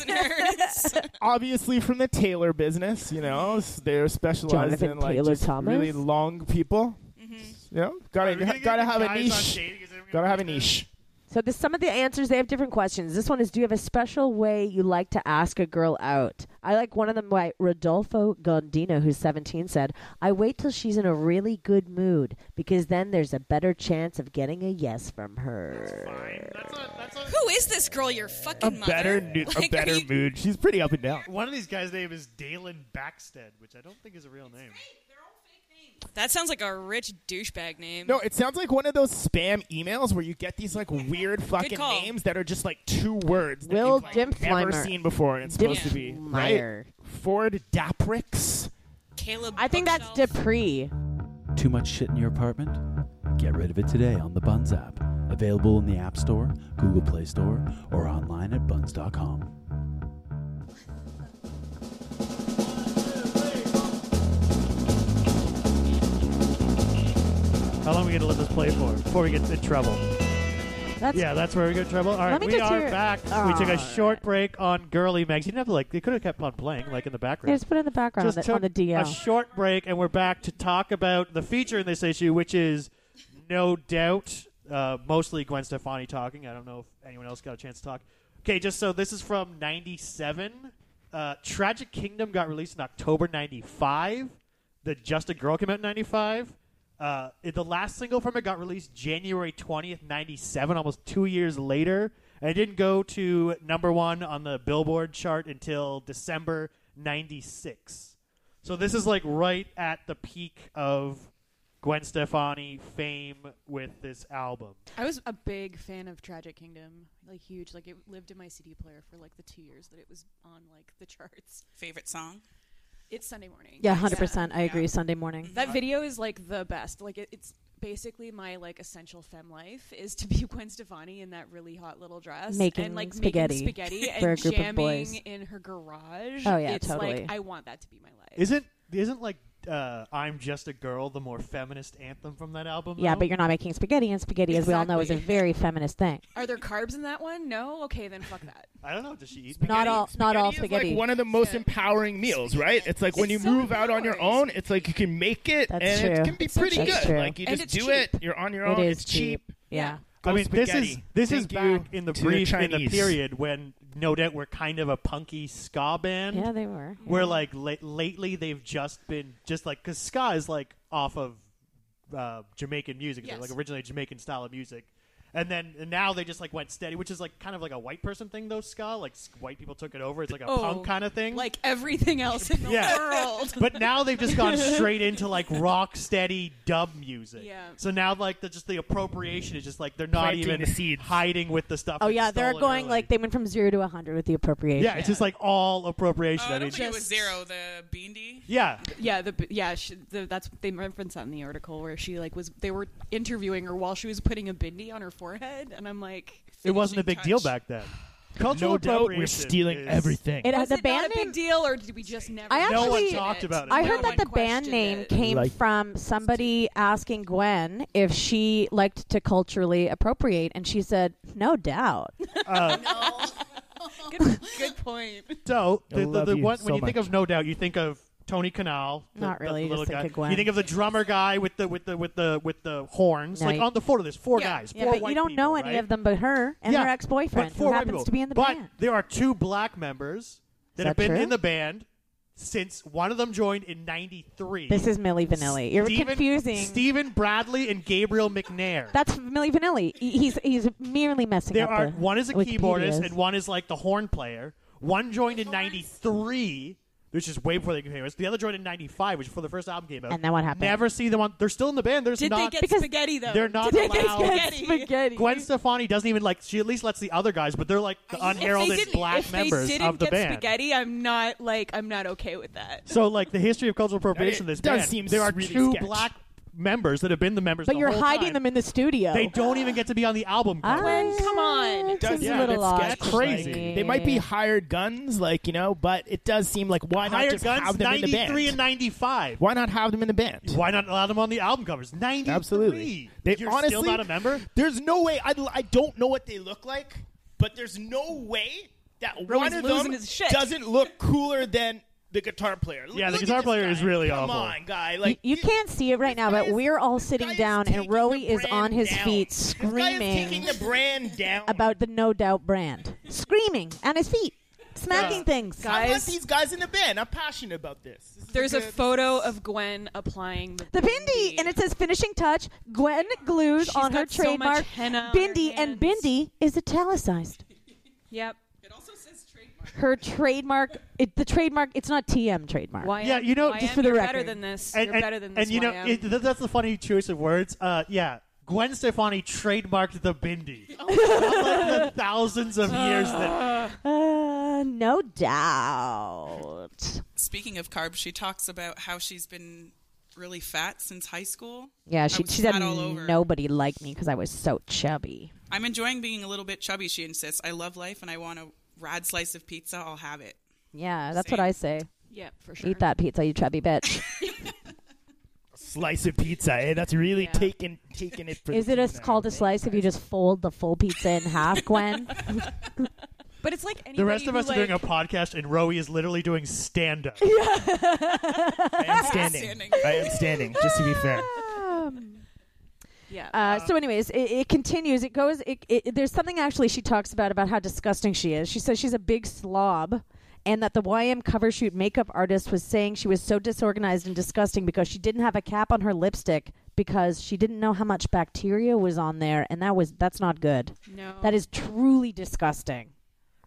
listeners.
obviously from the tailor business, you know. s- They're specialized
Jonathan
in like
Taylor
just
Thomas?
really long people. You know,
Are
gotta
we gonna get
gotta
the
have a
guys on
niche.
dating? Is everyone
Gotta
gonna
have a
be
niche.
So this, some of the answers they have different questions. This one is: Do you have a special way you like to ask a girl out? I like one of them by Rodolfo Gondino, who's 17, said, "I wait till she's in a really good mood because then there's a better chance of getting a yes from her."
Fine. That's not, that's not,
Who is this girl? Your fucking mother.
nu-
Like, are you-
mood. She's pretty up and down.
one of these guys' name is Dalen Backstead, which I don't think is a real name.
That sounds like a rich douchebag name.
No, it sounds like one of those spam emails where you get these like weird fucking
call.
names that are just like two words that
Will
you've like, never
Dimpfleumer.
seen before, and it's supposed to be right.
Dimpfleumer.
Ford Daprix.
Caleb.
I think that's
Bookshelf.
Dupree.
Too much shit in your apartment? Get rid of it today on the Buns app. Available in the App Store, Google Play Store, or online at buns.com.
How long are we going to let this play for before we get in trouble?
That's
Yeah, that's where we go to trouble. All right,
Let me
we
just
are
hear-
back. we took a
All
short
right.
break on Girly Mags. You didn't have to, like, they could have kept on playing, like, in the
yeah,
background.
just put it in the background
Just
on the, on the
took
DL.
a short break, and we're back to talk about the feature in this issue, which is no doubt uh, mostly Gwen Stefani talking. I don't know if anyone else got a chance to talk. Okay, just so this is from '97. Uh, Tragic Kingdom got released in October '95. The Just a Girl came out in '95. Uh, it- the last single from it got released January 20th, 97, almost two years later. And it didn't go to number one on the Billboard chart until December 96. So this is like right at the peak of Gwen Stefani fame with this album.
I was a big fan of Tragic Kingdom, like huge. Like it lived in my CD player for like the two years that it was on like the charts.
Favorite song?
It's Sunday morning.
yeah, 100%. I
Yeah.
agree. Sunday morning.
That video is like the best. Like it, it's basically my like essential femme life is to be Gwen Stefani in that really hot little dress
Making
and like
spaghetti
making spaghetti and
for a group of
jamming
boys.
in her garage.
Oh, yeah,
it's
totally.
Like I want that to be my life.
Isn't isn't like uh, "I'm Just a Girl" the more feminist anthem from that album?
Yeah,
though?
but you're not making spaghetti, and spaghetti, as we all know, is a
Exactly.
very feminist thing.
Are there carbs in that one? No. Okay, then fuck that.
I don't know. Does she eat?
Not all, not all
It's
spaghetti.
like one of the most empowering meals, right? It's like when
It's
you
so
move out on your own,
empowering.
it's like you can make it,
That's
and
true.
it can be
It's so
pretty
cheap.
good.
That's true.
Like you
And
just
it's
do it. You're on your own.
it is
it's cheap.
Yeah.
I mean, this is
spaghetti.
this is
Thank you
back in the
to the
brief in the
Chinese.
period when no doubt we're kind of a punky ska band.
Yeah, they were.
Where like la- lately they've just been just like because ska is like off of uh, Jamaican music, It's,
Yes.
like originally Jamaican style of music, and then and now they just like went steady, which is like kind of like a white person thing though. Ska like s- white people took it over. It's like a
Oh,
punk kind of thing.
Like everything else in the
Yeah.
world.
but now they've just gone straight into like rock steady dub music.
Yeah.
So now like the just the appropriation is just like they're not
Planting
even
the seeds.
hiding with the stuff.
Oh
that's
yeah, they're
stolen
going
early.
like they went from zero to hundred with the appropriation.
yeah, it's just like all
Oh,
appropriation.
I
I
don't
mean,
think it
Just-
was zero. The Beandy.
yeah,
Yeah, the yeah, she, the, that's they reference that in the article where she like was they were interviewing her while she was putting a bindi on her forehead, and I'm like,
it wasn't a big deal
Touch.
back then. Cultural
No doubt, we're
appropriation
stealing
is-
everything.
It
was
had the
it not a
band
big
name.
deal, or did we just never?
I
No one
actually-
talked about it.
I
No
heard
one
that the
questioned
band name
it.
came
Like-
from somebody asking Gwen if she liked to culturally appropriate, and she said, "No doubt."
Uh,
good, good point.
so
I
the, the,
love
the
you
one,
so
when you think
much.
of No Doubt, you think of Tony Canal. the-
Not
the
really, you
little
just think
guy.
of Gwen.
You think of the drummer guy with the with the with the with the horns.
No,
like
you-
on the photo, there's four
Yeah.
guys.
Yeah,
four
but
white
you don't
people,
know any
right?
of them but her and
Yeah,
her ex-boyfriend,
but four
who
white
happens
people.
to be in the
but
band.
there are two black members that,
Is
have
that
been
true?
in the band since one of them joined in '93.
This is Millie Vanilli. You're confusing.
Stephen Bradley and Gabriel McNair.
That's Millie Vanilli. He- He's he's merely messing
there
up.
are
the
one is a
Wikipedias.
keyboardist and one is like the horn player. One joined in '93, which is way before they became famous. The other joined in '95, which is before the first album came out.
And then what happened?
Never see them on. They're still in the band. There's
Did
not.
they get
because
spaghetti though?
they're not
Did they
allowed.
get spaghetti?
spaghetti.
Gwen Stefani doesn't even like. She at least lets the other guys, but they're like the
If they
unheralded
didn't-
black
if
members
they didn't
of the
get
band.
Spaghetti. I'm not like I'm not okay with that.
So, like the history of cultural appropriation, of
It
this
does
band,
seem
there are
really
two
sketch.
black members that have been the members.
but
the
you're
whole
hiding
time.
them in the studio.
They don't even get to be on the album.
Ah,
cover.
come on.
it
It
does
seems a
yeah,
little
it's-
odd.
that's crazy.
They might be hired guns, like you know, but it does seem like why not
Hired
just
Guns,
have them in the band?
'93 and '95.
why not have them in the band?
Why not allow them on the album covers? '93.
Absolutely. They
you're
honestly,
still not a member.
There's no way. I, I don't know what they look like, but there's no way that one
Roman's
of
losing
them
his shit.
doesn't look cooler than the guitar player. L-
Yeah, the
look at
guitar
this
player
guy.
is really
Come
awful.
on, guy. Like
you, you
thi-
can't see it right now,
guy
but
is-
we're all
this guy
sitting
is
down,
taking
and
the
Rowie is
brand
on his
down.
feet
This guy is
screaming
taking the brand down.
about the No Doubt brand, screaming on his feet, smacking things.
I want these guys in the band. I'm passionate about this. This is
There's a
good-
photo of Gwen applying the,
The bindi, and it says finishing touch. Gwen glues
She's
on her
got so much
trademark
henna on her
bindi, and
hands.
bindi is italicized.
Yep.
It also says trademark.
Her trademark, it, the trademark, it's not TM trademark.
Why?
Yeah, you know-
YM,
Just for the
you're better
record.
than this.
And,
you're
and-
better than
and
this.
you know
YM.
it, th- that's the funny choice of words. Uh, yeah, Gwen Stefani trademarked the bindi.
Oh,
Unlike the thousands of years that
Uh, no doubt.
Speaking of carbs, she talks about how she's been really fat since high school.
Yeah,
I
she,
was
she said
fat all over.
nobody liked me because I was so chubby.
I'm enjoying being a little bit chubby, she insists. I love life and I want a rad slice of pizza. I'll have it.
Yeah, that's what
Same.
I say.
yeah, for sure.
Eat that pizza, you chubby bitch.
slice of pizza. Eh? That's really
Yeah.
taking taking it. For
Is
the
it a,
team
called
now.
a slice if you just fold the full pizza in half, Gwen?
But it's like anybody
the rest of
who,
us
like,
are doing a podcast, and Rowie is literally doing stand up.
I am standing.
Standing.
I am standing. Just to be fair.
Um,
Yeah.
uh, so, anyways, it, it continues. It goes. It, it, there's something actually she talks about about how disgusting she is. She says she's a big slob, and that the YM cover shoot makeup artist was saying she was so disorganized and disgusting because she didn't have a cap on her lipstick because she didn't know how much bacteria was on there, and that was that's not good.
no.
That is truly disgusting.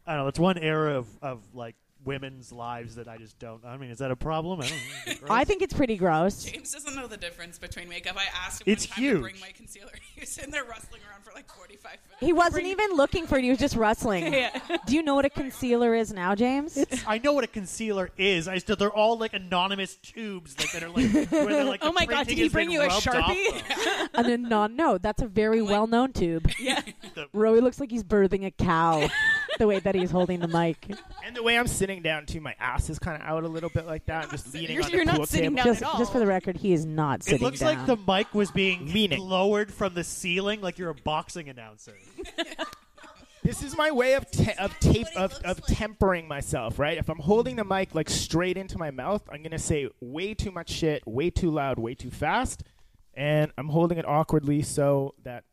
I don't know. It's one era of, of like women's lives that I just don't. I mean, is that a problem? I don't know.
I think it's pretty gross.
James doesn't know the difference between makeup. I asked him
It's
one time to
huge.
bring my concealer. He was in there rustling around for like 45 minutes.
He wasn't even looking for it. He was just rustling. Do you know what a concealer is now, James?
I know what a concealer is. I still they're all like anonymous tubes, like that are like. Where they're, like
Oh my God, did he bring you a Sharpie?
and then non. No, that's a very well-known tube.
Yeah.
Rowie looks like he's birthing a cow. the way that he's holding the mic,
And the way I'm sitting down too, my ass is kind of out a little bit like that. I'm just leaning
You're-
on
you're
the
not
pool
sitting
table.
down.
just
at
just for
all.
the record, he is not
It
sitting
looks like
down.
the mic was being
Leaning.
lowered from the ceiling, like you're a boxing announcer.
This is my way of te- of tape of, of tempering myself, right? If I'm holding the mic like straight into my mouth, I'm gonna say way too much shit, way too loud, way too fast, and I'm holding it awkwardly so that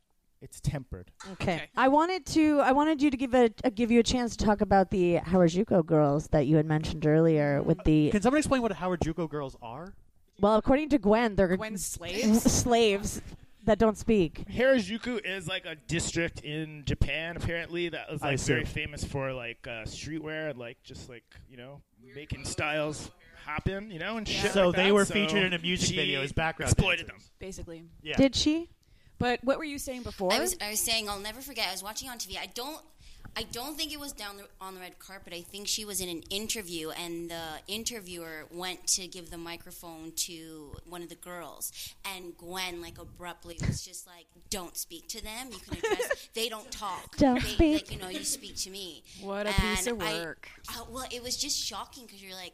it's tempered.
okay.
Okay.
I wanted to. I wanted you to give a, a give you a chance to talk about the Harajuku girls that you had mentioned earlier. With
Uh,
the
Can someone explain what Howard Juco girls are?
well, according to Gwen, they're
Gwen's slaves.
slaves that don't speak.
Harajuku is like a district in Japan, apparently, that was
I
like very
see.
famous for like uh, streetwear and like just like you know making styles happen, you know, and shit.
So
like
they
that.
were
So
featured in a music
she
video as background.
Exploited
dancers.
basically.
Yeah.
Did she?
But what were you saying before?
I was, I was saying I'll never forget. I was watching on TV. I don't. I don't think it was down the, on the red carpet. I think she was in an interview, and the interviewer went to give the microphone to one of the girls, and Gwen like abruptly was just like, "Don't speak to them. You can address. they don't talk.
Don't
they,
speak.
Like, you know, you speak to me."
What a
And
piece of
I-
work.
uh, well, it was just shocking because you're like,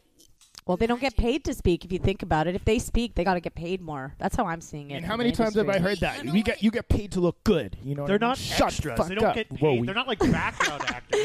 Well, they don't get
Imagine.
paid to speak. If you think about it, if they speak, they got to get paid more. That's how I'm seeing it.
And
in
how
the
many times have I
industry.
heard that?
You know
We get
what?
you get paid to look good. You know, what
They're
I mean?
not
Shut the
extras.
fuck
They don't
up.
get paid.
Whoa, we-
They're not like background actors.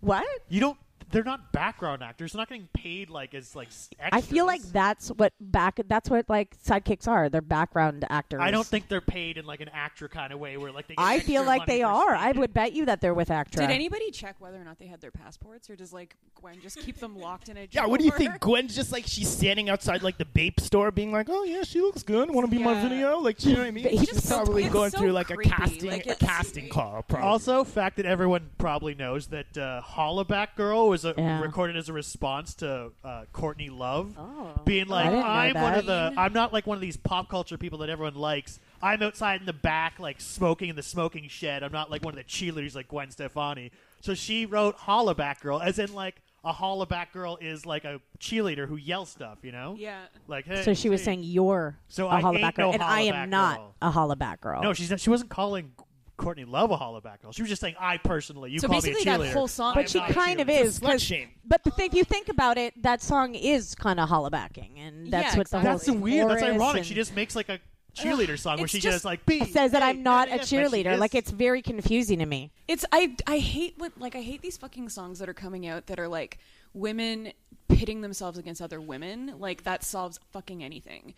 What?
You don't. They're not background actors. They're not getting paid like as like. s-
I feel like
extras.
that's what back. That's what like sidekicks are. They're background actors.
I don't think they're paid in like an actor kind of way where like they. Get
I
extra
feel like
money
they
for
are. I
speaking.
would bet you that they're with actors.
Did anybody check whether or not they had their passports, or does like Gwen just keep them locked in a?
Yeah, what do you
drawer?
think? Gwen's just like she's standing outside like the Bape store, being like, "Oh yeah, she looks good. Want to be in my
Yeah.
video?" Like, you know what I mean?
Bape
She's
store.
probably
It's
going
so
through like
creepy.
a casting,
Like,
a
it's-
casting call. Probably.
Also, fact that everyone probably knows that uh, Hollaback Girl was a,
Yeah.
recorded as a response to uh, Courtney Love
Oh.
being like,
I didn't know
"I'm one of
that."
the, I'm not like one of these pop culture people that everyone likes. I'm outside in the back, like smoking in the smoking shed. I'm not like one of the cheerleaders like Gwen Stefani." So she wrote Hollaback Girl as in like a Hollaback Girl is like a cheerleader who yells stuff, you know?
Yeah.
Like, hey,
So she was
hey.
saying you're
So
a
I ain't
hollaback
no
girl, and I
hollaback
am not
girl.
a hollaback girl.
No, she's not, she wasn't calling Courtney Love a hollaback girl. She was just saying, "I personally, you
So
call me
basically
a
that
cheerleader."
whole song-
I am
but she
not a
kind of
cheerleader."
is.
slut
'cause-
shame.
But the thing, if you think about it, that song is kind of hollabacking, and that's
Yeah,
what the whole.
That's weird. That's
chorus
ironic.
and-
She just makes like a cheerleader song where
it's
she
just-
just, like B,
says that
A,
I'm not
A,
a
yes, but she
cheerleader.
is.
Like it's very confusing to me.
It's I I hate what like I hate these fucking songs that are coming out that are like women p-
pitting themselves against other women, like that solves fucking anything.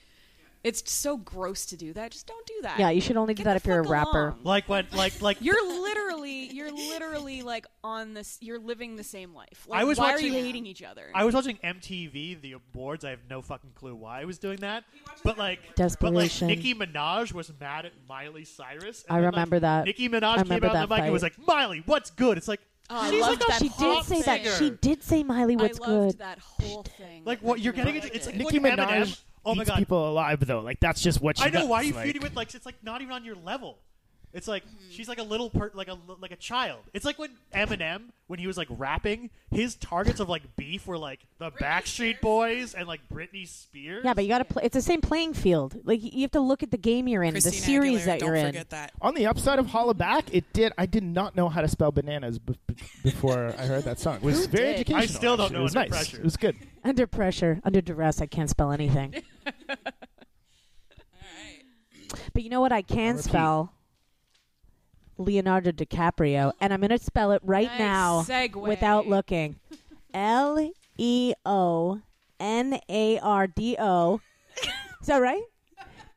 It's so gross to do that. Just don't do that.
Yeah, you should only do that if you're a rapper.
Like what? Like like
You're literally, you're literally like on this. You're living the same life. Like,
I was
why
watching,
are you hating each other?
I was watching MTV the awards. I have no fucking clue why I was doing that. But like, but like
Desperation.
Nicki Minaj was mad at Miley Cyrus.
I
then,
remember
like,
that.
Nicki
I
Minaj came
remember
out on
that
the mic and was
fight.
like, "Miley, what's good?" It's like
Oh, I
she's
loved
like a
that
she
pop
did say that.
singer.
She did say Miley
I
what's
loved
good.
that whole thing.
Like what you're getting? It's, it's like
Nicki
when
Minaj
Eminem- Oh my
eats
god!
people alive though. Like that's just what she
I know
does.
why are you
like,
feuding with like it's like not even on your level. It's like she's like a little per- like a li- like a child. It's like when Eminem when he was like rapping, his targets of like beef were like the Backstreet Boys and like Britney Spears.
Yeah, but you got to play. It's the same playing field. Like you have to look at the game you're in, the
Christina
series
Aguilera,
that
don't
you're in.
forget that.
On the upside of Holla Back, it did. I did not know how to spell bananas b- b- before I heard that song. It was
Who
very
did?
educational.
I still don't
actually.
know
It was
under
nice.
pressure.
It was good.
Under pressure, under duress, I can't spell anything. But you know what? I can spell Leonardo DiCaprio, and I'm going to spell it right
Nice
now
segue.
without looking. L E O N A R D O. Is that right?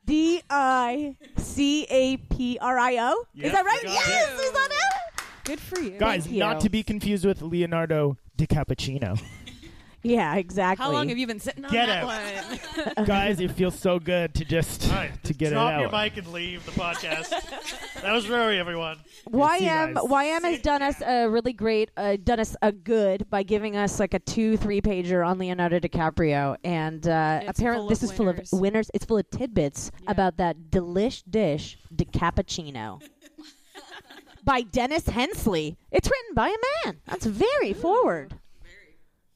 D I C A P R I O. Is
Yep,
that right?
you got
Yes, is that it?
Good for you,
Guys, not to be confused with Leonardo DiCappuccino.
Yeah, exactly.
How long have you been sitting on
Get
that one?
Guys, it feels so good to just to get it
Drop
out.
your mic and leave the podcast. that was Rory, everyone.
YM YM has done us a really great, uh, done us a good by giving us like a two three pager on Leonardo DiCaprio, and uh, apparently
full
this
of
is full of winners. It's full of tidbits about that delish dish DiCappuccino by Dennis Hensley. It's written by a man. That's very forward.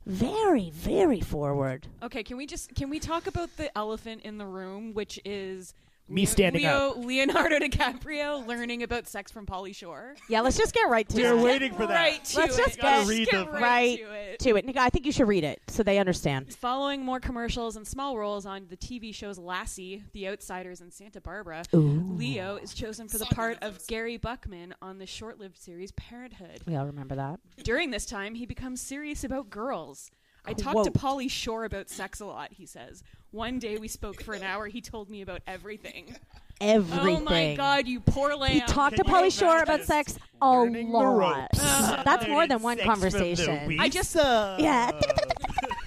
Very, very forward.
Okay, can we just can we talk about the elephant in the room, which is
Me standing
Leo,
up.
Leonardo DiCaprio learning about sex from Polly Shore.
Yeah, let's just get right to
We
it.
are waiting for that. Right to
let's
it.
just
You gotta
get,
read
get
the-
right
Right to it.
to it. Nico, I think you should read it so they understand.
Following more commercials and small roles on the TV shows Lassie, The Outsiders, and Santa Barbara,
Ooh.
Leo is chosen for the part of Gary Buckman on the short-lived series Parenthood.
We all remember that.
During this time, he becomes serious about girls. I talked to
Quote.
Polly Shore about sex a lot, he says. One day we spoke for an hour. He told me about everything.
Everything.
Oh my god, you poor lamb.
He talked to Polly Shore about sex a lot. That's more than one conversation.
I just
yeah.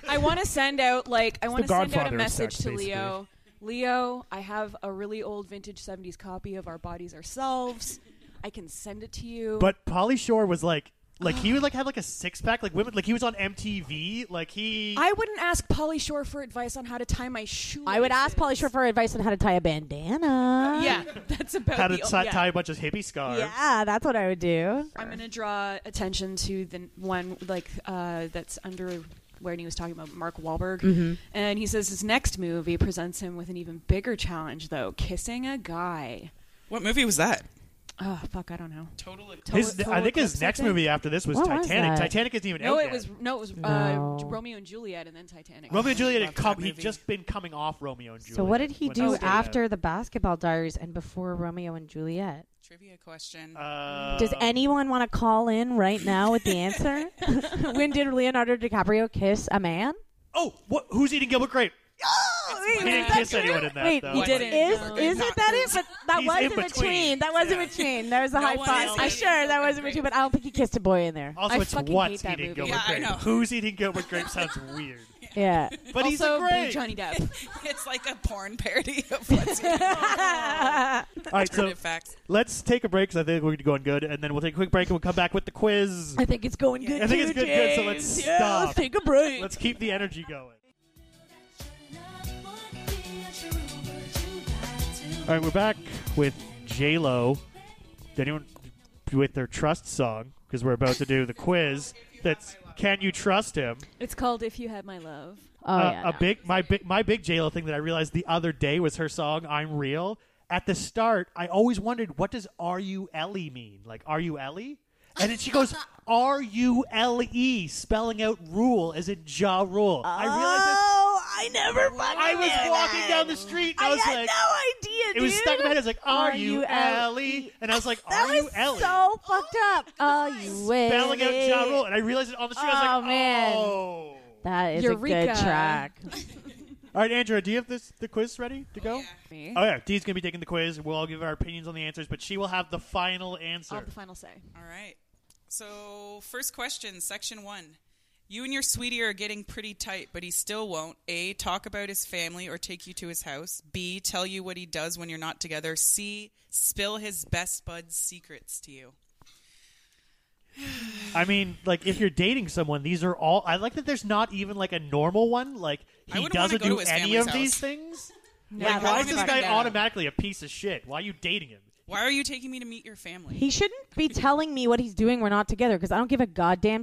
I want to send out like I
It's
want
the
to send out
Godfather
a
of
message
sex,
to
basically.
Leo. Leo, I have a really old vintage 70s copy of Our Bodies Ourselves. I can send it to you.
But Polly Shore was like, like he would like had like a six pack, like women, like he was on MTV, like he.
I wouldn't ask Polly Shore for advice on how to tie my shoe.
I would ask Polly Shore for advice on how to tie a bandana.
Yeah, that's about
How to
the-
ti-
oh, yeah.
tie a bunch of hippie scarves.
Yeah, that's what I would do.
I'm going to draw attention to the n- one like uh, that's under where he was talking about Mark Wahlberg,
Mhm.
and he says his next movie presents him with an even bigger challenge, though: kissing a guy.
What movie was that?
Oh fuck, I don't know.
Total.
His- I think his next movie after this was
What was
Titanic.
that?
Titanic isn't even
no,
out
it
yet.
was no, it was
No.
uh, J- Romeo and Juliet, and then Titanic.
Romeo and Juliet had come. He'd just been coming off Romeo and Juliet.
So what did he
when that
do
was coming out.
after the Basketball Diaries and before Romeo and Juliet?
Trivia question.
uh,
Does anyone want to call in right now with the answer? when did Leonardo DiCaprio kiss a man?
Oh, what? Who's eating Gilbert Grape? he didn't
Oh, that
kiss anyone in that.
Wait,
though.
he
Like,
didn't. Is, isn't that it? But that
He's
was in
in
between.
between.
That was in between. There was a high
one
five.
else
I'm sure that was in between, but I don't think he kissed a boy in there.
Also, it's what's eating Gilbert
Yeah, I
Grape.
know.
Who's eating Gilbert Grape sounds weird.
Yeah.
But he's a
Also,
great.
Johnny Depp.
it's like a porn parody of what's going on.
All right, so
Alternative facts.
let's take a break because I think we're going good, and then we'll take a quick break and we'll come back with the quiz.
I think it's going good.
I think it's good,
too,
good. So
James.
let's
Yeah,
stop.
let's take a break.
Let's keep the energy going. All right, we're back with J Lo. Anyone with their trust song because we're about to do the quiz. That's can you trust him?
It's called If You Had My Love.
Oh,
Uh, a big my big my big J Lo thing that I realized the other day was her song "I'm Real." At the start, I always wondered what does "Are you Ellie" mean? Like, "Are you Ellie?" And then she goes "R U L E," spelling out "rule" as in "ja rule." I realized that
Oh, I never fucking
I was
knew
walking
that.
down the street. And
I
I, was
had
like,
no idea,
It was
dude.
stuck in my head. I was like, "Are,
Are
you
you
Ellie?" And I was like,
That
"Are you
was
Ellie?"
so fucked up. Oh, you
Spelling out
idiot.
Ja Rule, and I realized it on the street. I was
Oh,
like,
man.
"Oh,
That is a
Eureka.
good track.
All right, Andrea, do you have this the quiz ready to go?
Me?
Oh yeah, Dee's gonna be taking the quiz. We'll all give our opinions on the answers, but she will have the final answer.
I'll have the final say.
All right. So, first question, section one. You and your sweetie are getting pretty tight, but he still won't. A. Talk about his family or take you to his house. B. Tell you what he does when you're not together. C. Spill his best bud's secrets to you.
I mean, like if you're dating someone, these are all. I like that there's not even like a normal one. Like
I
he
wouldn't wanna
doesn't
go
do
to his
any
family's
of
house.
these things.
No,
like
that
why
would
is
be
this
fucking
guy
down.
automatically a piece of shit? Why are you dating him?
Why are you taking me to meet your family?
He shouldn't be telling me what he's doing. We're not together because I don't give a goddamn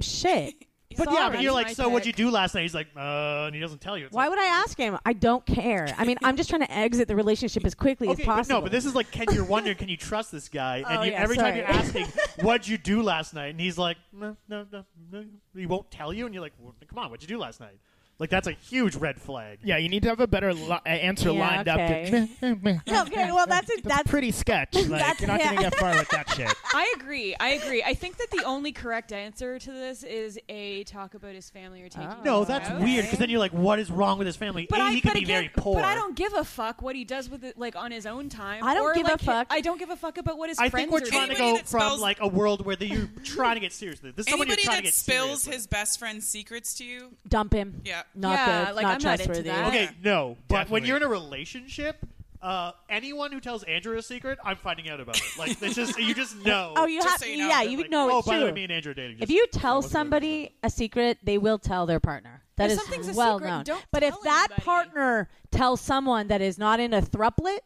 shit.
But yeah, but
Sorry.
you're like, so what'd you do last night? He's like, uh, and he doesn't tell you. It's
Why would I ask him? I don't care. I mean, I'm just trying to exit the relationship as quickly
Okay,
as
but
possible.
no, but this is like, can you wonder, can you trust this guy?
Oh,
and you,
yeah,
every time
sorry.
you're asking, what'd you do last night? And he's like, no, no, no, no, he won't tell you. And you're like, well, come on, what'd you do last night? Like, that's a huge red flag.
Yeah, you need to have a better li- uh, answer
Yeah,
lined
okay.
up. Than,
okay, well that's a, that's
pretty sketch. Like, you're not going to get far with that shit.
I agree. I agree. I think that the only correct answer to this is a talk about his family or take. you
No,
to his
that's
house.
weird because then you're like, what is wrong with his family?
Oh, But
a,
I-
he could
but
be
again-
very poor.
But I don't give a fuck what he does with it, like on his own time.
I don't
or,
give a
like,
fuck.
I don't give a fuck about what his
I
friends
think we're
are
trying to
doing.
go
that
from
spells-
like a world where the, you're trying to get serious. This is someone you're
Anybody
trying to
that
get
spills
serious.
his best friend's secrets to you,
dump him.
Yeah.
Not
Yeah,
good.
like,
not
I'm not into
trustworthy.
that.
Okay, no. But when
Definitely.
you're in a relationship, uh, anyone who tells Andrew a secret, I'm finding out about it. Like it's just you just know.
Oh, you
Just
have
so
yeah,
They're
you
like,
know
Oh,
it
by the way,
too.
me and Andrew are dating.
If
Just-
you tell somebody a secret, they will tell their partner.
If
That is
something's a
well
secret,
known.
don't
but if that partner tells someone that is not in a thruplet,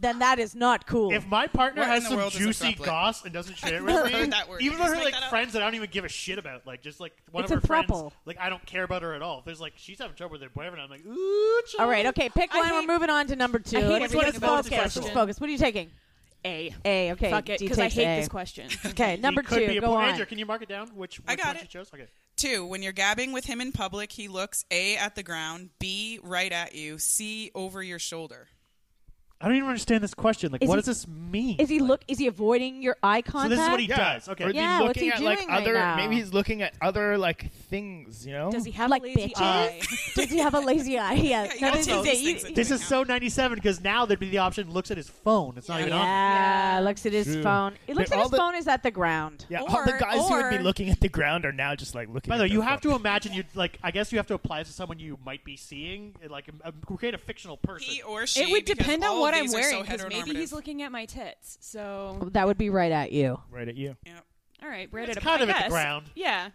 then that is not cool.
if my partner
What in
has
the
some
world is a
juicy
thruple?
goss and doesn't share it
I've
with
never
me,
heard that word.
even
Did you
though her
just make
like
that up?
friends that I don't even give a shit about, like just like one
It's
of
a
her friends,
thruple.
like I don't care about her at all. If there's like she's having trouble with her boyfriend, I'm like, ooh. child.
All right, okay, pick
I
one. We're moving on to number two.
hate
Let's
everything
let's
about this
focus. Let's
question.
focus. What are you taking?
A.
A. Okay.
Fuck it,
D
'cause I
takes
hate
A.
this question.
Okay,
He
number
could
two.
be a
go
poor
on.
Andrew, can you mark it down? Which, which
I got
one
it.
she chose? Okay.
Two, when you're gabbing with him in public, he looks A at the ground, B right at you, C over your shoulder.
I don't even understand this question. Like,
Is
what
he-
does this mean?
Is he look? Is he avoiding your eye contact?
yeah. Or is he
yeah. What's
looking
he
at,
doing
like,
right
other,
now?
Maybe he's looking at other like things. You know?
Does he have
like
lazy
bitches?
eye?
Does he have a lazy eye? Yeah.
you
no,
gotta
this
tell
is
these
it. You-
things that
This is so 97 because now there'd be the option looks at his phone. It's not even on.
yeah, looks at his
True.
phone. It
But
looks like
all
his
the-
phone is at the ground.
Yeah, all the guys who would be looking at the ground are now just like looking.
By
at
the way,
their
you
phone.
have to imagine you like. I guess you have to apply this to someone you might be seeing. Like, um, um, create a fictional person. He
or
it would depend on what I'm wearing because maybe he's looking at my tits. So
That would be right at you.
Right at you.
all right, right
It's
at a-
kind
I
of at the
guess.
ground.
Yeah.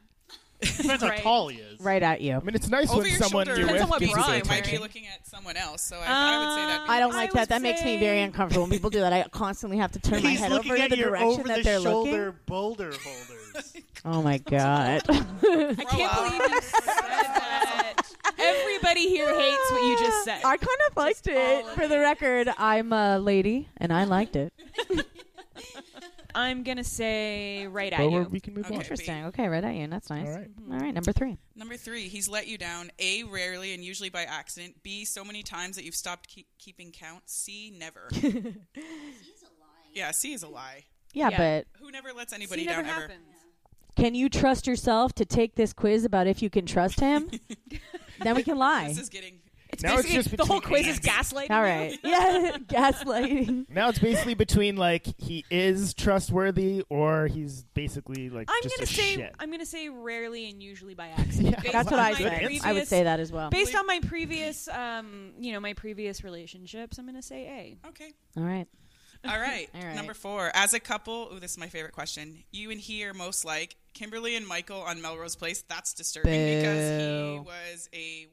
Depends how
Right.
tall he is.
Right at you. I
mean, it's nice
Over
when
your
someone
shoulder
you're
depends
with
on what
gives you
bra
their
I'm wearing.
attention.
Might be looking at someone else, so I, I would
Um,
say that.
I don't like that. That makes me very uncomfortable. When people do that, I constantly have to turn my
He's
head
looking
over
at
the
your
direction
over
that
the
they're
shoulder
looking.
boulder holders.
Oh my god.
I can't believe you said that. Everybody here hates what you just said.
I kind of liked it. For the record, I'm a lady and I liked it.
I'm gonna say right at
Well,
you.
we're- we can move Okay, on. Interesting. Okay, right at you. That's nice. All right.
Mm-hmm.
All right, number three.
Number three, he's let you down. A, rarely and usually by accident. B, so many times that you've stopped keep, keeping count. C, never. C is a lie. Yeah, C is a lie.
Yeah, Yeah. but-
who never lets anybody
never
down ever?
Can you trust yourself to take this quiz about if you can trust him? then we can lie.
This is getting.
It's
Now it's
basically
just
the whole
between
quiz is gaslighting.
All
you.
right. Yeah, gaslighting.
Now it's basically between like he is trustworthy or he's basically like
I'm
just
gonna
a
say
shit.
I'm gonna say rarely and usually by accident. Based
That's what
on
I
my
said. I would
previous-
say that as well.
Based on my previous, um, you know, my previous relationships, I'm gonna say
A. Okay.
All right.
All right.
All right.
Number four. As a couple, ooh, this is my favorite question. You and he are most like Kimberly and Michael on Melrose Place. That's disturbing because he
Boo.
was a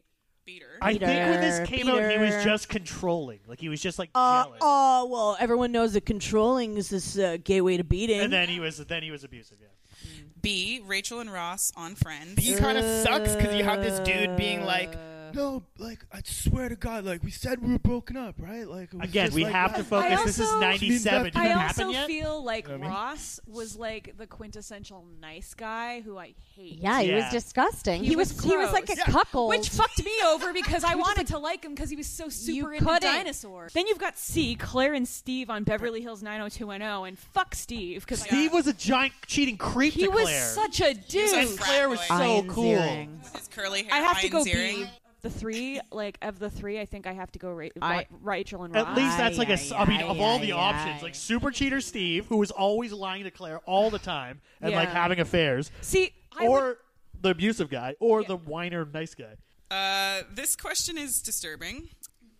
beater.
I think when this
Peter,
came out, he was
Peter.
just controlling. Like he was just like
Uh,
jealous.
oh, well, everyone knows that controlling is this uh, gateway to beating.
And then he was then he was abusive. Yeah.
B. Rachel and Ross on Friends. Uh.
B kind of sucks because you have this dude being like,
No, like I swear to God, like we said, we were broken up, right? Like it was
Again,
just
we
like
have
that.
to focus. This is '97. Did
I
that
also
happen yet?
feel like
You know what I mean?
Ross was like the quintessential nice guy who I hate.
Yeah, he was disgusting. He was- he was like a
gross.
cuckold.
which fucked me over because I
He was
wanted to like him because he was so super
You
into
couldn't.
dinosaurs. Then you've got C, Claire and Steve on Beverly Hills 90210, and fuck Steve because
Steve was a giant cheating creep
he
to
was
Claire.
such a dude.
And Claire was so cool.
curly hair.
I have to go B.
Zeering.
The three, like of the three, I think I have to go Ra-
I-
Ra- Rachel and Ross.
At least that's like a. s- I mean, of all the options, like super cheater Steve, who was always lying to Claire all the time and like
Yeah.
having affairs.
See, I
or the abusive guy, or the whiner nice guy.
Uh, this question is disturbing.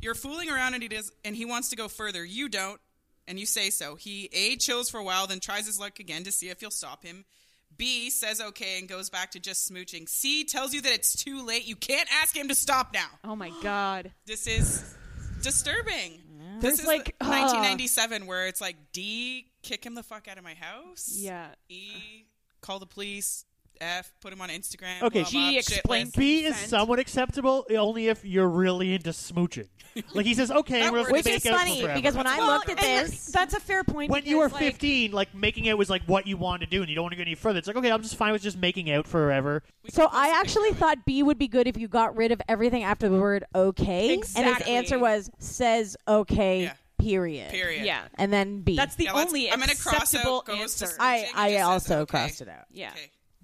You're fooling around and he does, and he wants to go further. You don't, and you say so. He a chills for a while, then tries his luck again to see if you'll stop him. B says okay and goes back to just smooching. C tells you that it's too late. You can't ask him to stop now.
Oh my god.
This is disturbing.
There's
This is
like,
the-
ugh.
1997 where it's like D kick him the fuck out of my house.
Yeah.
E call the police. F put him on Instagram.
Okay,
blow him up, shit list.
B is somewhat acceptable only if you're really into smooching. Like he says, okay, we're
Which
gonna
is
make out
funny
forever.
because when I
Well,
looked at
and
this,
that's a fair point.
when you were
because, like,
15, like making out was like what you wanted to do, and you don't want to go any further. It's like okay, I'm just fine with just making out forever.
So I actually thought B would be good if you got rid of everything after the word okay. And his
Exactly.
answer was says okay, period.
Period. Yeah.
And then B.
That's the only
I'm gonna cross out
acceptable
goes to
answer.
I, I also crossed it out.
yeah.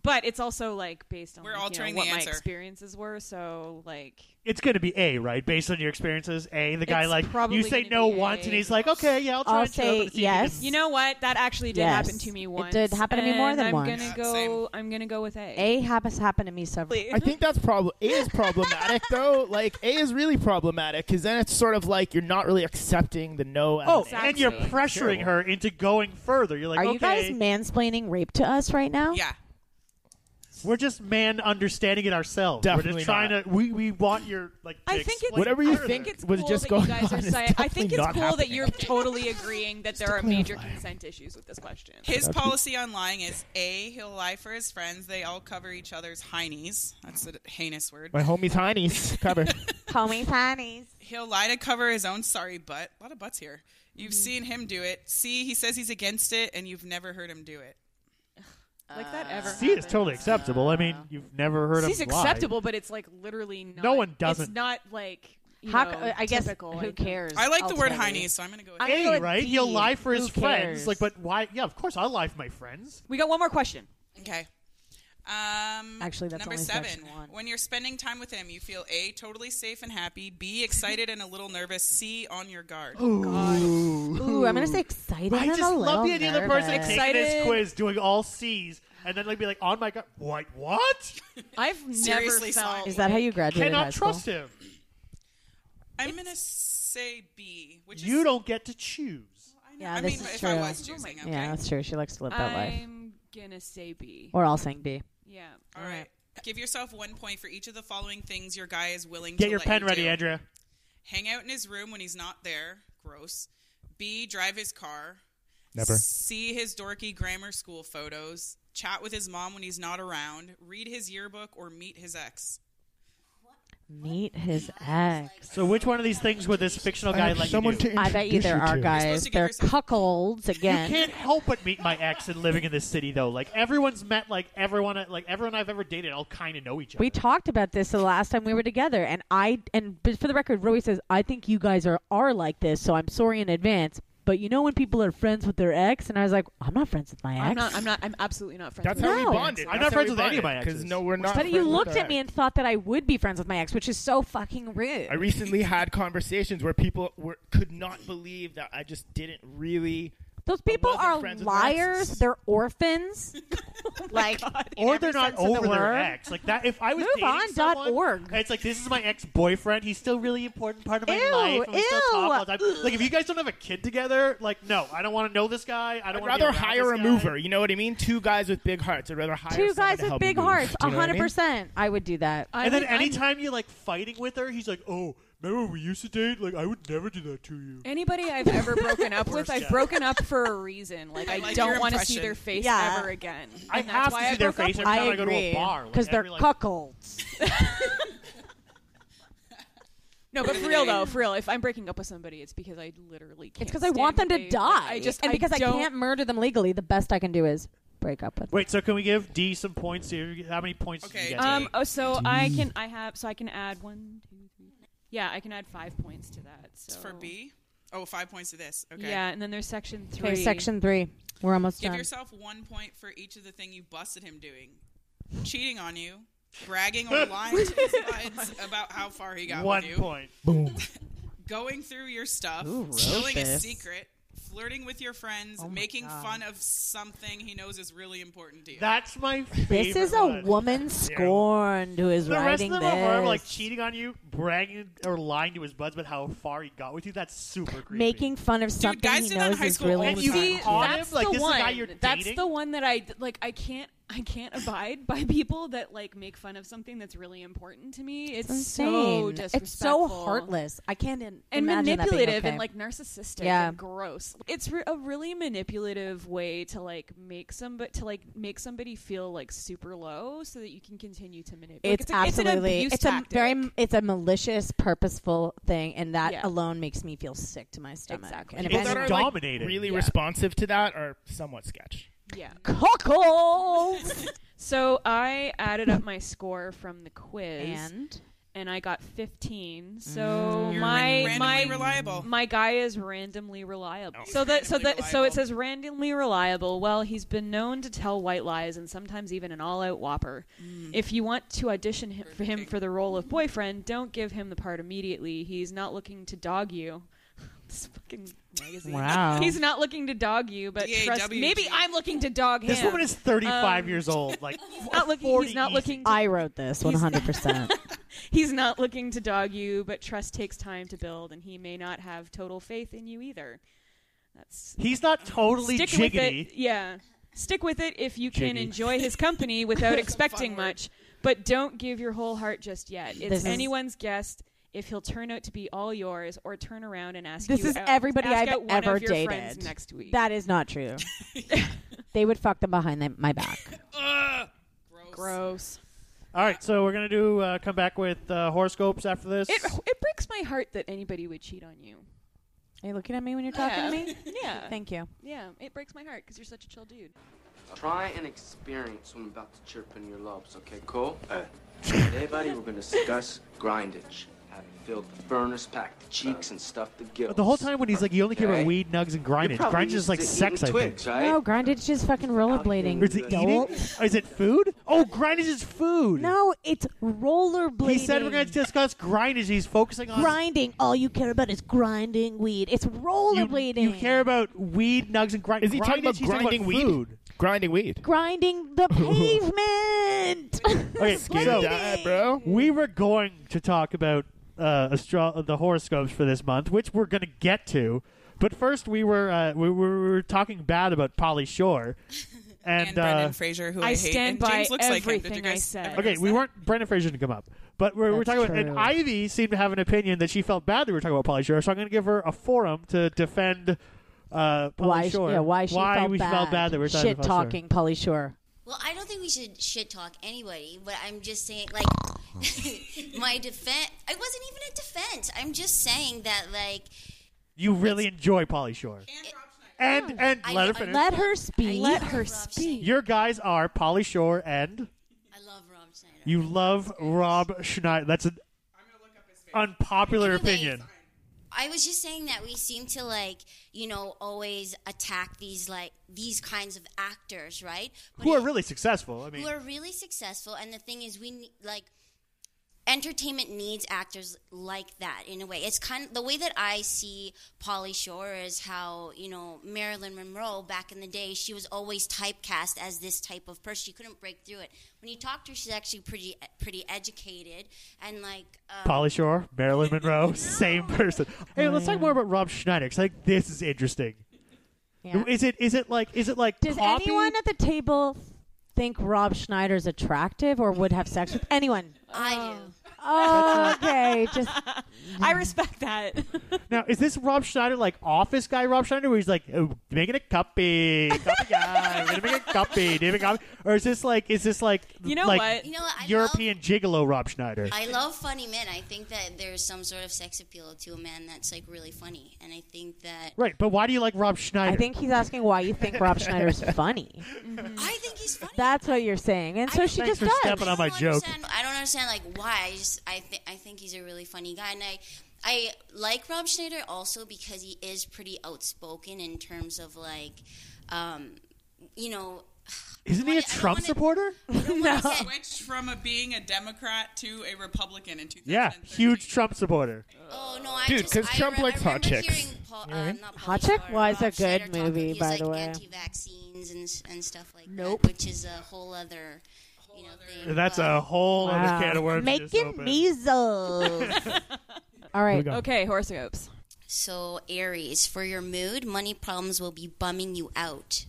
But it's also like based on
We're
like, you know,
altering the
what my
answer.
experiences were. So like,
It's going to be A, right? Based on your experiences, A. The guy
It's
like
probably
you say
gonna
no
be
once,
A.
and he's like, okay, yeah, I'll try and chill, but see if he can-
You know what? That actually did
Yes.
happen to me
It
once.
did happen to me more
and
than
I'm
once.
Gonna
Yeah,
go, I'm gonna go with A.
A has happened to me several.
I think that's problem. A is problematic though. Like A is really problematic because then it's sort of like you're not really accepting the no. as
Oh,
an
and you're
answer.
pressuring her into going further. You're like,
Are
okay,
you guys mansplaining rape to us right now?
Yeah.
we're just man understanding it ourselves. we're
Definitely
just trying
not.
to. We, we want your like. to
I think it's
explain
Whatever you
I
further.
think it's
was
cool
just
that
going
you guys
on
are
is
saying. I think
definitely
it's
not
cool that
happening.
you're totally agreeing that there are major consent issues with this question.
His policy on lying is A, he'll lie for his friends. They all cover each other's heinies. That's a heinous word.
My homie's heinies cover.
Homie fannies.
He'll lie to cover his own sorry butt. A lot of butts here.
Mm-hmm.
You've seen him do it. C, he says he's against it, and you've never heard him do it.
Like that ever?
See, it's totally acceptable. I mean, you've never heard
She's
of lie.
acceptable, but it's like literally not.
No one
It's
doesn't.
not like you
How c- uh,
know,
I guess
typical,
who
think.
cares?
I like the word heinies, so I'm going to go with
I'm gonna go
A,
with
right?
D.
He'll lie for his
Who
friends.
cares?
Like, but why? Yeah, of course, I'll lie for my friends.
We got one more question.
Okay. Um,
Actually, that's
number
only
seven.
section one.
When you're spending time with him, you feel A, totally safe and happy, B, excited and a little nervous, C, on your guard.
Ooh, I'm gonna say excited.
I
and
just
a
love the
little
idea of the person
nervous.
taking this quiz, doing all C's, and then like be like, "On my god, what? What?
I've never
Seriously,
felt.
Simon.
Is that how you graduated
Cannot
high school?
trust him.
I'm going to say B, which
You don't get to choose."
Yeah,
I
this
mean,
is
if
true.
I was choosing, okay.
Yeah, that's true. She likes to live that life.
I'm gonna say B.
We're all saying B.
Yeah.
All right. Give yourself one point for each of the following things your guy is willing to
Get your
let
pen
you
ready,
do.
Andrea.
Hang out in his room when he's not there. Gross. B. Drive his car.
Never.
See his dorky grammar school photos. Chat with his mom when he's not around. Read his yearbook or meet his ex.
Meet his ex.
So, which one of these things would this fictional guy let you do?
I bet you there are guys.
to give
They're
yourself-
cuckolds again.
You can't help but meet my ex and living in this city, though. Like everyone's met, like everyone, like everyone I've ever dated, all kind of know each other.
We talked about this the last time we were together, and I and but for the record, Roy says I think you guys are are like this, so I'm sorry in advance. But you know when people are friends with their ex, and I was like, I'm not friends with my ex.
I'm not. I'm not. I'm absolutely not friends.
That's
with
how
her.
we
No.
bonded.
I'm not
That's how
friends
we
with any of
bonded,
my exes.
no, we're not.
but you
friends with
looked
our
at me
ex.
and thought that I would be friends with my ex, which is so fucking rude.
I recently had conversations where people were could not believe that I just didn't really.
Those people
wasn't
are
friends with my
liars.
exes.
They're orphans. like,
or
every
they're not
sense of the
over their
word.
ex. Like that. If I was
Move
dating
on dot
someone,
org.
and it's like this is my ex boyfriend. He's still really important part of my
Ew,
life. And we still
ew.
talk all the time. Like if you guys don't have a kid together, like no, I don't want to know this guy. I
I'd
don't wanna be
rather
around
hire
this
a
guy.
mover. You know what I mean? Two guys with big hearts. I'd rather hire
two
someone
guys
to
with
help me
big
move.
hearts.
Do you know what I
hundred
mean?
percent. I would do that.
I
And then
would- I'm-
anytime you're like fighting with her, he's like, "Oh, remember when we used to date? Like I would never do that to you."
Anybody I've ever broken up with, I've
yeah.
broken up for a reason. Like, I,
like
don't
your
want to see
impression.
their face
Yeah.
ever again.
I
And that's
have to
why
see
I
their
broke up
face
with
every
I
time I go to a
agree
bar like,
because they're
every, like,
cuckolds.
No, but for real though, for real, if I'm breaking up with somebody, it's because I literally can't.
It's because I want them
stand
to
the day- like,
die.
I just
and
I
because I,
don't-
can't murder them legally, the best I can do is break up with.
Wait, so can we give D some points here? How many points did you get?
Um.
today?
Oh, so I can. I have. So I can add one, two, three. Yeah, I can add five points to that.
It's
So
for B. Oh, five points to this. Okay.
Yeah, and then there's section
Okay,
three.
section three. We're almost
Give
done.
yourself one point for each of the thing you busted him doing: cheating on you, bragging or lying to his buds about how far he got
One
with you,
point. Boom.
going through your stuff,
Who wrote
telling a
this?
secret, flirting with your friends,
Oh my
making
God.
fun of something he knows is really important to you.
That's my favorite.
This is a
one.
woman scorned who is
the rest of
writing
them are horrible, like
this,
cheating on you, bragging or lying to his buds about how far he got with you. That's super creepy.
making fun of something he knows is really
and you
important.
caught him
That's
like
the
this is the
one.
guy you're
that's
dating.
the one that I like. I can't. I can't abide by people that like make fun of something that's really important to me. It's, so
insane.
disrespectful.
It's so heartless. I can't in-
and
imagine that being
manipulative
okay.
and like narcissistic
Yeah.
and gross. It's re- a really manipulative way to like make somebody to like make somebody feel like super low so that you can continue to manipulate.
It's, absolutely
it's,
it's,
an abuse
a very it's a malicious, purposeful thing, and that
Yeah.
alone makes me feel sick to my stomach.
Exactly.
And if
People
anyone-
that are like, really responsive to that are somewhat sketch.
Yeah.
Cockles.
so I added up my score from the quiz.
And?
and I got 15. So
Mm. You're
my
randomly
my
reliable. Oh,
my guy is randomly reliable. so that so that so it says randomly reliable. Well, he's been known to tell white lies and sometimes even an all-out whopper.
Mm.
If you want to audition him, for him for the role of boyfriend, don't give him the part immediately. He's not looking to dog you. this fucking magazine.
Wow.
He's not looking to dog you, but trust
DAWG.
maybe I'm looking to dog him.
This woman is 35
Um,
years old. Like,
Not looking,
40
he's not
easy.
looking to
I wrote this one hundred percent.
He's not looking to dog you, but trust takes time to build, and he may not have total faith in you either. That's
He's not totally
stick With
jiggity.
it. Yeah, stick with it if you can
Jiggy.
enjoy his company without expecting much, but don't give your whole heart just yet. It's
This is-
anyone's guess if he'll turn out to be all yours or turn around and ask.
This
you
is
out-
everybody
ask
I've
out one of
ever
your friends
dated.
Next week,
That is not true. they would fuck them behind them, my back.
gross.
All right, so we're gonna do uh, come back with uh, horoscopes after this.
It it breaks my heart that anybody would cheat on you.
Are you looking at me when you're talking to
Yeah.
me?
Yeah.
Thank you.
Yeah, it breaks my heart because you're such a chill dude.
Try and experience what I'm about to chirp in your lobes, okay, cool? today, buddy, we're gonna discuss grindage. How to fill the furnace, pack the cheeks, and stuff the gills.
the whole time when he's like, you only care about
Okay.
weed, nugs, and grindage.
You're probably
Grindage is like
used to
sex,
eating
I think.
twigs, right?
No, grindage is just fucking rollerblading.
Or Is it eating?
dolt.
Or Is it food? Oh, grindage is food.
No, it's rollerblading.
He said we're gonna discuss grindage. He's focusing on
grinding. All you care about is grinding weed. It's rollerblading.
You care about weed, nugs, and grindage.
Is he talking about
Grindage, he's talking
grinding weed?
food.
Grinding weed.
grinding the pavement.
Okay, so
die, bro.
we were going to talk about uh, astro- the horoscopes for this month, which we're going to get to. But first, we were uh, we, we were talking bad about Polly Shore and,
And Brendan
uh,
Fraser, who I I hate, stand and by James looks like him. Did you everything guys I said. ever
Okay,
notice
we weren't Brendan Fraser to come up, but we're, we're
That's
talking about. And
true.
Ivy seemed to have an opinion that she felt bad that we were talking about Polly Shore, so I'm going to give her a forum to defend. Uh, Polly
why?
Shore.
She, yeah, why she felt
we
bad.
felt bad that we were talking
shit
about Polly Shore.
talking Polly Shore.
Well, I don't think we should shit talk anybody, but I'm just saying, like, my defense. I wasn't even a defense. I'm just saying that, like,
You really enjoy Polly Shore. And and
I-
let her
I-
finish.
Let her
speak.
Let
her
speak.
Your guys are Polly Shore and
I love Rob Schneider.
you love Rob Schneider. That's an unpopular opinion.
I was just saying that we seem to like, you know, always attack these like these kinds of actors, right?
Who are really successful. I mean,
who are really successful. And the thing is, we ne- like entertainment needs actors like that in a way. It's kind of the way that I see Polly Shore is how you know Marilyn Monroe back in the day. She was always typecast as this type of person. She couldn't break through it. When you talk to her, she's actually pretty pretty educated and like. Um,
Polly Shore, Marilyn Monroe, same person. Hey, let's talk more about Rob Schneider because I think this is interesting.
Yeah.
Is it is it like is it like
Does
copy?
anyone at the table think Rob Schneider's attractive or would have sex with anyone.
I do.
Oh, okay. Just
I respect that.
Now, is this Rob Schneider like office guy Rob Schneider, where he's like oh, making a cuppy, cuppy guy, gonna make a cuppy, doing a cuppy, or is this like is this like
You know
like
what?
You know what? I
European gigolo Rob Schneider?
I love funny men. I think that there's some sort of sex appeal to a man that's like really funny, and I think that
right, but why do you like Rob Schneider?
I think he's asking why you think Rob Schneider's funny.
I think he's funny.
That's what you're saying, and so she
Thanks
just
for
does.
stepping on my
don't
joke.
understand- I don't understand like why. I just I think I think he's a really funny guy, and I I like Rob Schneider also because he is pretty outspoken in terms of like, um, you know,
Isn't he a Trump supporter?
no. switched from a, being a Democrat to a Republican in 2000.
Yeah, huge Trump supporter.
oh no, I
Dude,
just-
'cause
I
Trump
re- I
likes hot
remember
chicks.
hearing Paul,
You know what I
uh,
mean?
not
Hot
Paul
Chick
Schwartz,
was a
Rob
good
Schneider talking.
movie,
He's,
by
like,
the way.
Anti-vaccines and, s- and stuff like
Nope.
that, which is a whole other. You know, thing,
That's
but-
a whole other can of worms. you just
Making
opened.
measles. All right.
go.
Okay, horse ropes.
So, Aries, for your mood, money problems will be bumming you out.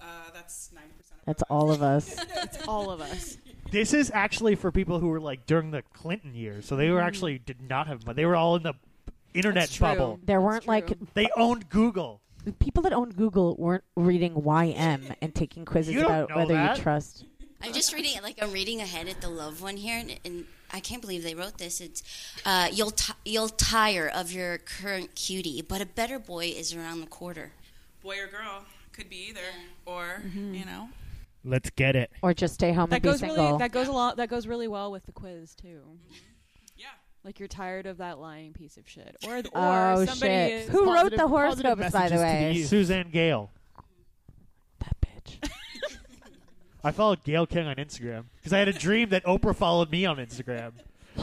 Uh, that's 90%.
That's all of us.
It's all of us.
This is actually for people who were like during the Clinton years, so they were actually did not have money. They were all in the internet
That's true.
bubble.
There weren't like
true.
They owned Google.
people that owned Google weren't reading YM and taking quizzes
You don't
about
know
whether
that.
you trust.
I'm just reading it like I'm reading ahead at the loved one here, and, and I can't believe they wrote this. It's uh, you'll t- you'll tire of your current cutie, but a better boy is around the corner.
Boy or girl. Could be either. Or, you know.
Let's get it.
Or just stay home
That
and be
goes
single.
really that goes along that goes really well with the quiz too.
Yeah.
Like you're tired of that lying piece of shit, or or
oh
somebody
shit!
is
Who wrote
Positive-
the horse
positive
notes, by the
messages to the
way?
youth.
Suzanne Gale.
that bitch.
I followed Gail King on Instagram because I had a dream that Oprah followed me on Instagram.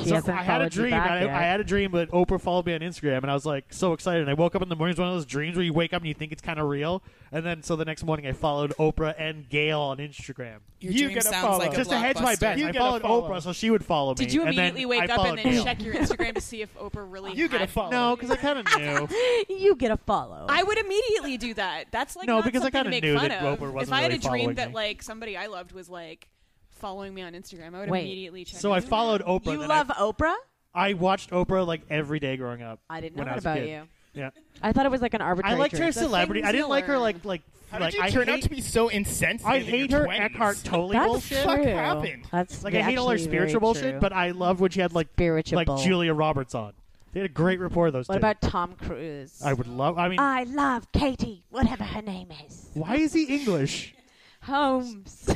She
So
hasn't
I had
followed
a
you
dream.
back
I,
yet.
I had a dream, but Oprah followed me on Instagram, and I was like so excited. And I woke up in the morning. It's one of those dreams where you wake up and you think it's kind of real, and then so the next morning I followed Oprah and Gail on Instagram.
Your
You
dream
gotta
sounds
follow.
like a
Just to hedge my
blockbuster.
bet,
You
I
gotta
followed
follow.
Oprah, so she would follow me.
Did you
and then
immediately wake
I
up and
followed
then
Gail.
check your Instagram to see if Oprah really?
You get a
had-
follow.
No, because I kind of knew.
you get a follow.
I would immediately do that. That's like
No,
not
because I
something to
kinda
make
knew
fun
that
of.
Roper wasn't
if I had
really
a dream
following
that
me.
like somebody I loved was like following me on Instagram, I would
Wait.
immediately check.
so
my
I
Instagram.
followed Oprah.
you
then
love Oprah?
I, I watched Oprah like every day growing up.
I didn't know
when I
that
was a
about
kid.
you.
Yeah,
I thought it was like an
I
arbitrary.
liked her
choice.
celebrity. I
things
didn't
you
like her
learn.
like like
How
like
did you
I
turn
hate,
out to be so insensitive?
I
in
hate
your
her
20s?
Eckhart Tolle
That's
bullshit.
true.
Fuck happened.
That's
Like I hate all her
actually
spiritual
very
bullshit,
true.
but I loved when she had like
spiritual.
like Julia Roberts on. They had a great rapport those
What
two.
about Uh, Tom Cruise?
I would love. I mean,
I love Katie, whatever her name is.
why is he English?
Holmes.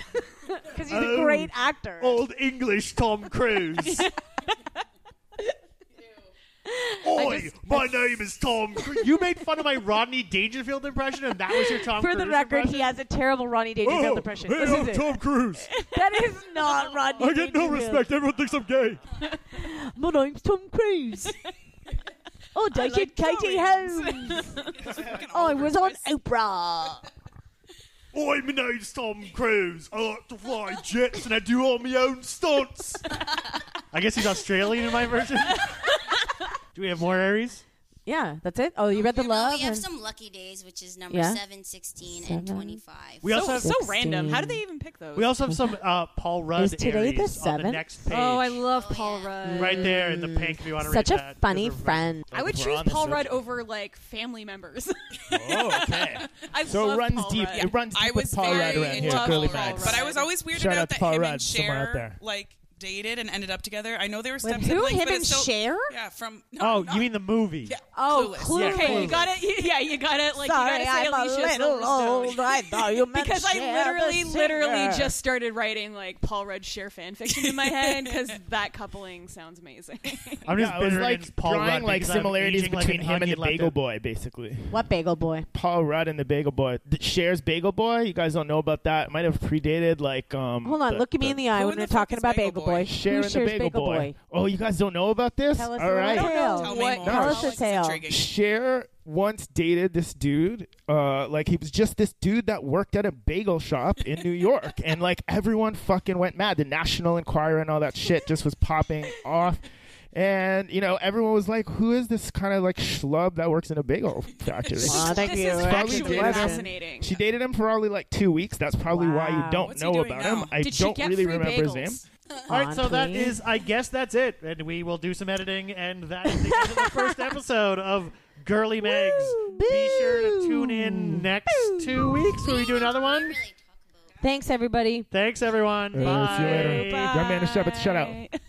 Because he's a
Oh.
great actor.
Old English Tom Cruise.
I
Oi,
just-
my name is Tom. Cruise. You made fun of my Rodney Dangerfield impression, and that was your Tom
For
Cruise
the record,
impression?
he has a terrible Ronnie Dangerfield
Oh,
impression.
hey,
This
I'm
is it.
Tom Cruise.
That is not Rodney.
I get no
Dangerfield.
respect. Everyone thinks I'm gay.
My name's Tom Cruise. oh, dated
like
Katie Holmes. I was on Oprah.
Oi, my name's Tom Cruise. I like to fly jets and I do all my own stunts. I guess he's Australian in my version. do we have more Aries?
Yeah, that's it. Oh, you read the
You know,
love.
we have
and-
some lucky days, which is number
Yeah?
seven, sixteen,
Seven.
and 25.
We also
so,
have
so random. How
Sixteen.
did they even pick those?
we also have some uh, Paul Rudd
Is today the
Aries on the
seventh?
next page.
oh, I love
Oh,
Paul
yeah.
Rudd.
right there in the pink. If you want to
Such
read
a
that,
funny
Those are-
friend.
I would
We're
choose
on the
Paul Rudd
subject.
over like family members.
Oh, okay.
I
So
love
it runs
Paul
deep.
Rudd.
It runs deep
I
with
was
Paul Rudd
very
around here,
into
girly
Paul
facts.
Rudd.
But I was always weirded
Shout out
out
to
that
Paul
him
Rudd,
and
somewhere out
Cher
there.
like dated and ended up together. I know they were
With
step
who?
siblings,
Him
but
and
it's still,
Cher?
Yeah, from no,
Oh,
not-
you mean the movie?
yeah,
Oh,
Clueless.
Clueless.
Okay, you gotta, yeah, you gotta, like,
Sorry,
you gotta say
I'm
Alicia
a little
Silverstone.
old. I thought you meant
because I
Cher the
literally, literally
singer.
just started writing like Paul Rudd Cher fan fiction in my head because that coupling sounds amazing.
I'm just
Yeah, it was
bitter
like
against Paul
drawing
Rudd
like
because I'm
similarities
aging like
between
an
him and the
onion left
Bagel
in-
Boy, basically.
What bagel boy?
Paul Rudd and the Bagel Boy. Th- Cher's Bagel Boy. You guys don't know about that. It might have predated like um.
Hold on,
the-
look at me in the eye
Who
when
in
we're
the fuck
talking
is
about
Bagel
Bagel
Boy?
Boy. Who
Cher and the
shares
Bagel, Boy.
Boy?
Oh, you guys don't know about this?
Tell us
All
a
right.
little tale.
Tell me
what
more.
Tell us a
Alex
tale.
intriguing.
Cher once dated this dude. Uh, like he was just this dude that worked at a bagel shop in New York, and like everyone fucking went mad. The National Enquirer and all that shit just was popping off. And you know, everyone was like, "Who is this kind of like schlub that works in a bagel factory?"
Aw, thank This you. is
Probably
actually
dated him-
fascinating.
She dated him for probably like two weeks. That's probably why
Wow.
you don't
What's he
know
doing
about
now?
him. I
Did she
don't
get
really
free
remember his
bagels?
name.
All right, so that
Honestly.
is, I guess that's it. And we will do some editing, and that is the end of the first episode of Girly Megs. Be sure to tune in next two weeks where we do another one.
Thanks, everybody.
Thanks, everyone.
Uh, see you later.
Bye.
Young man, shut up. Shut up.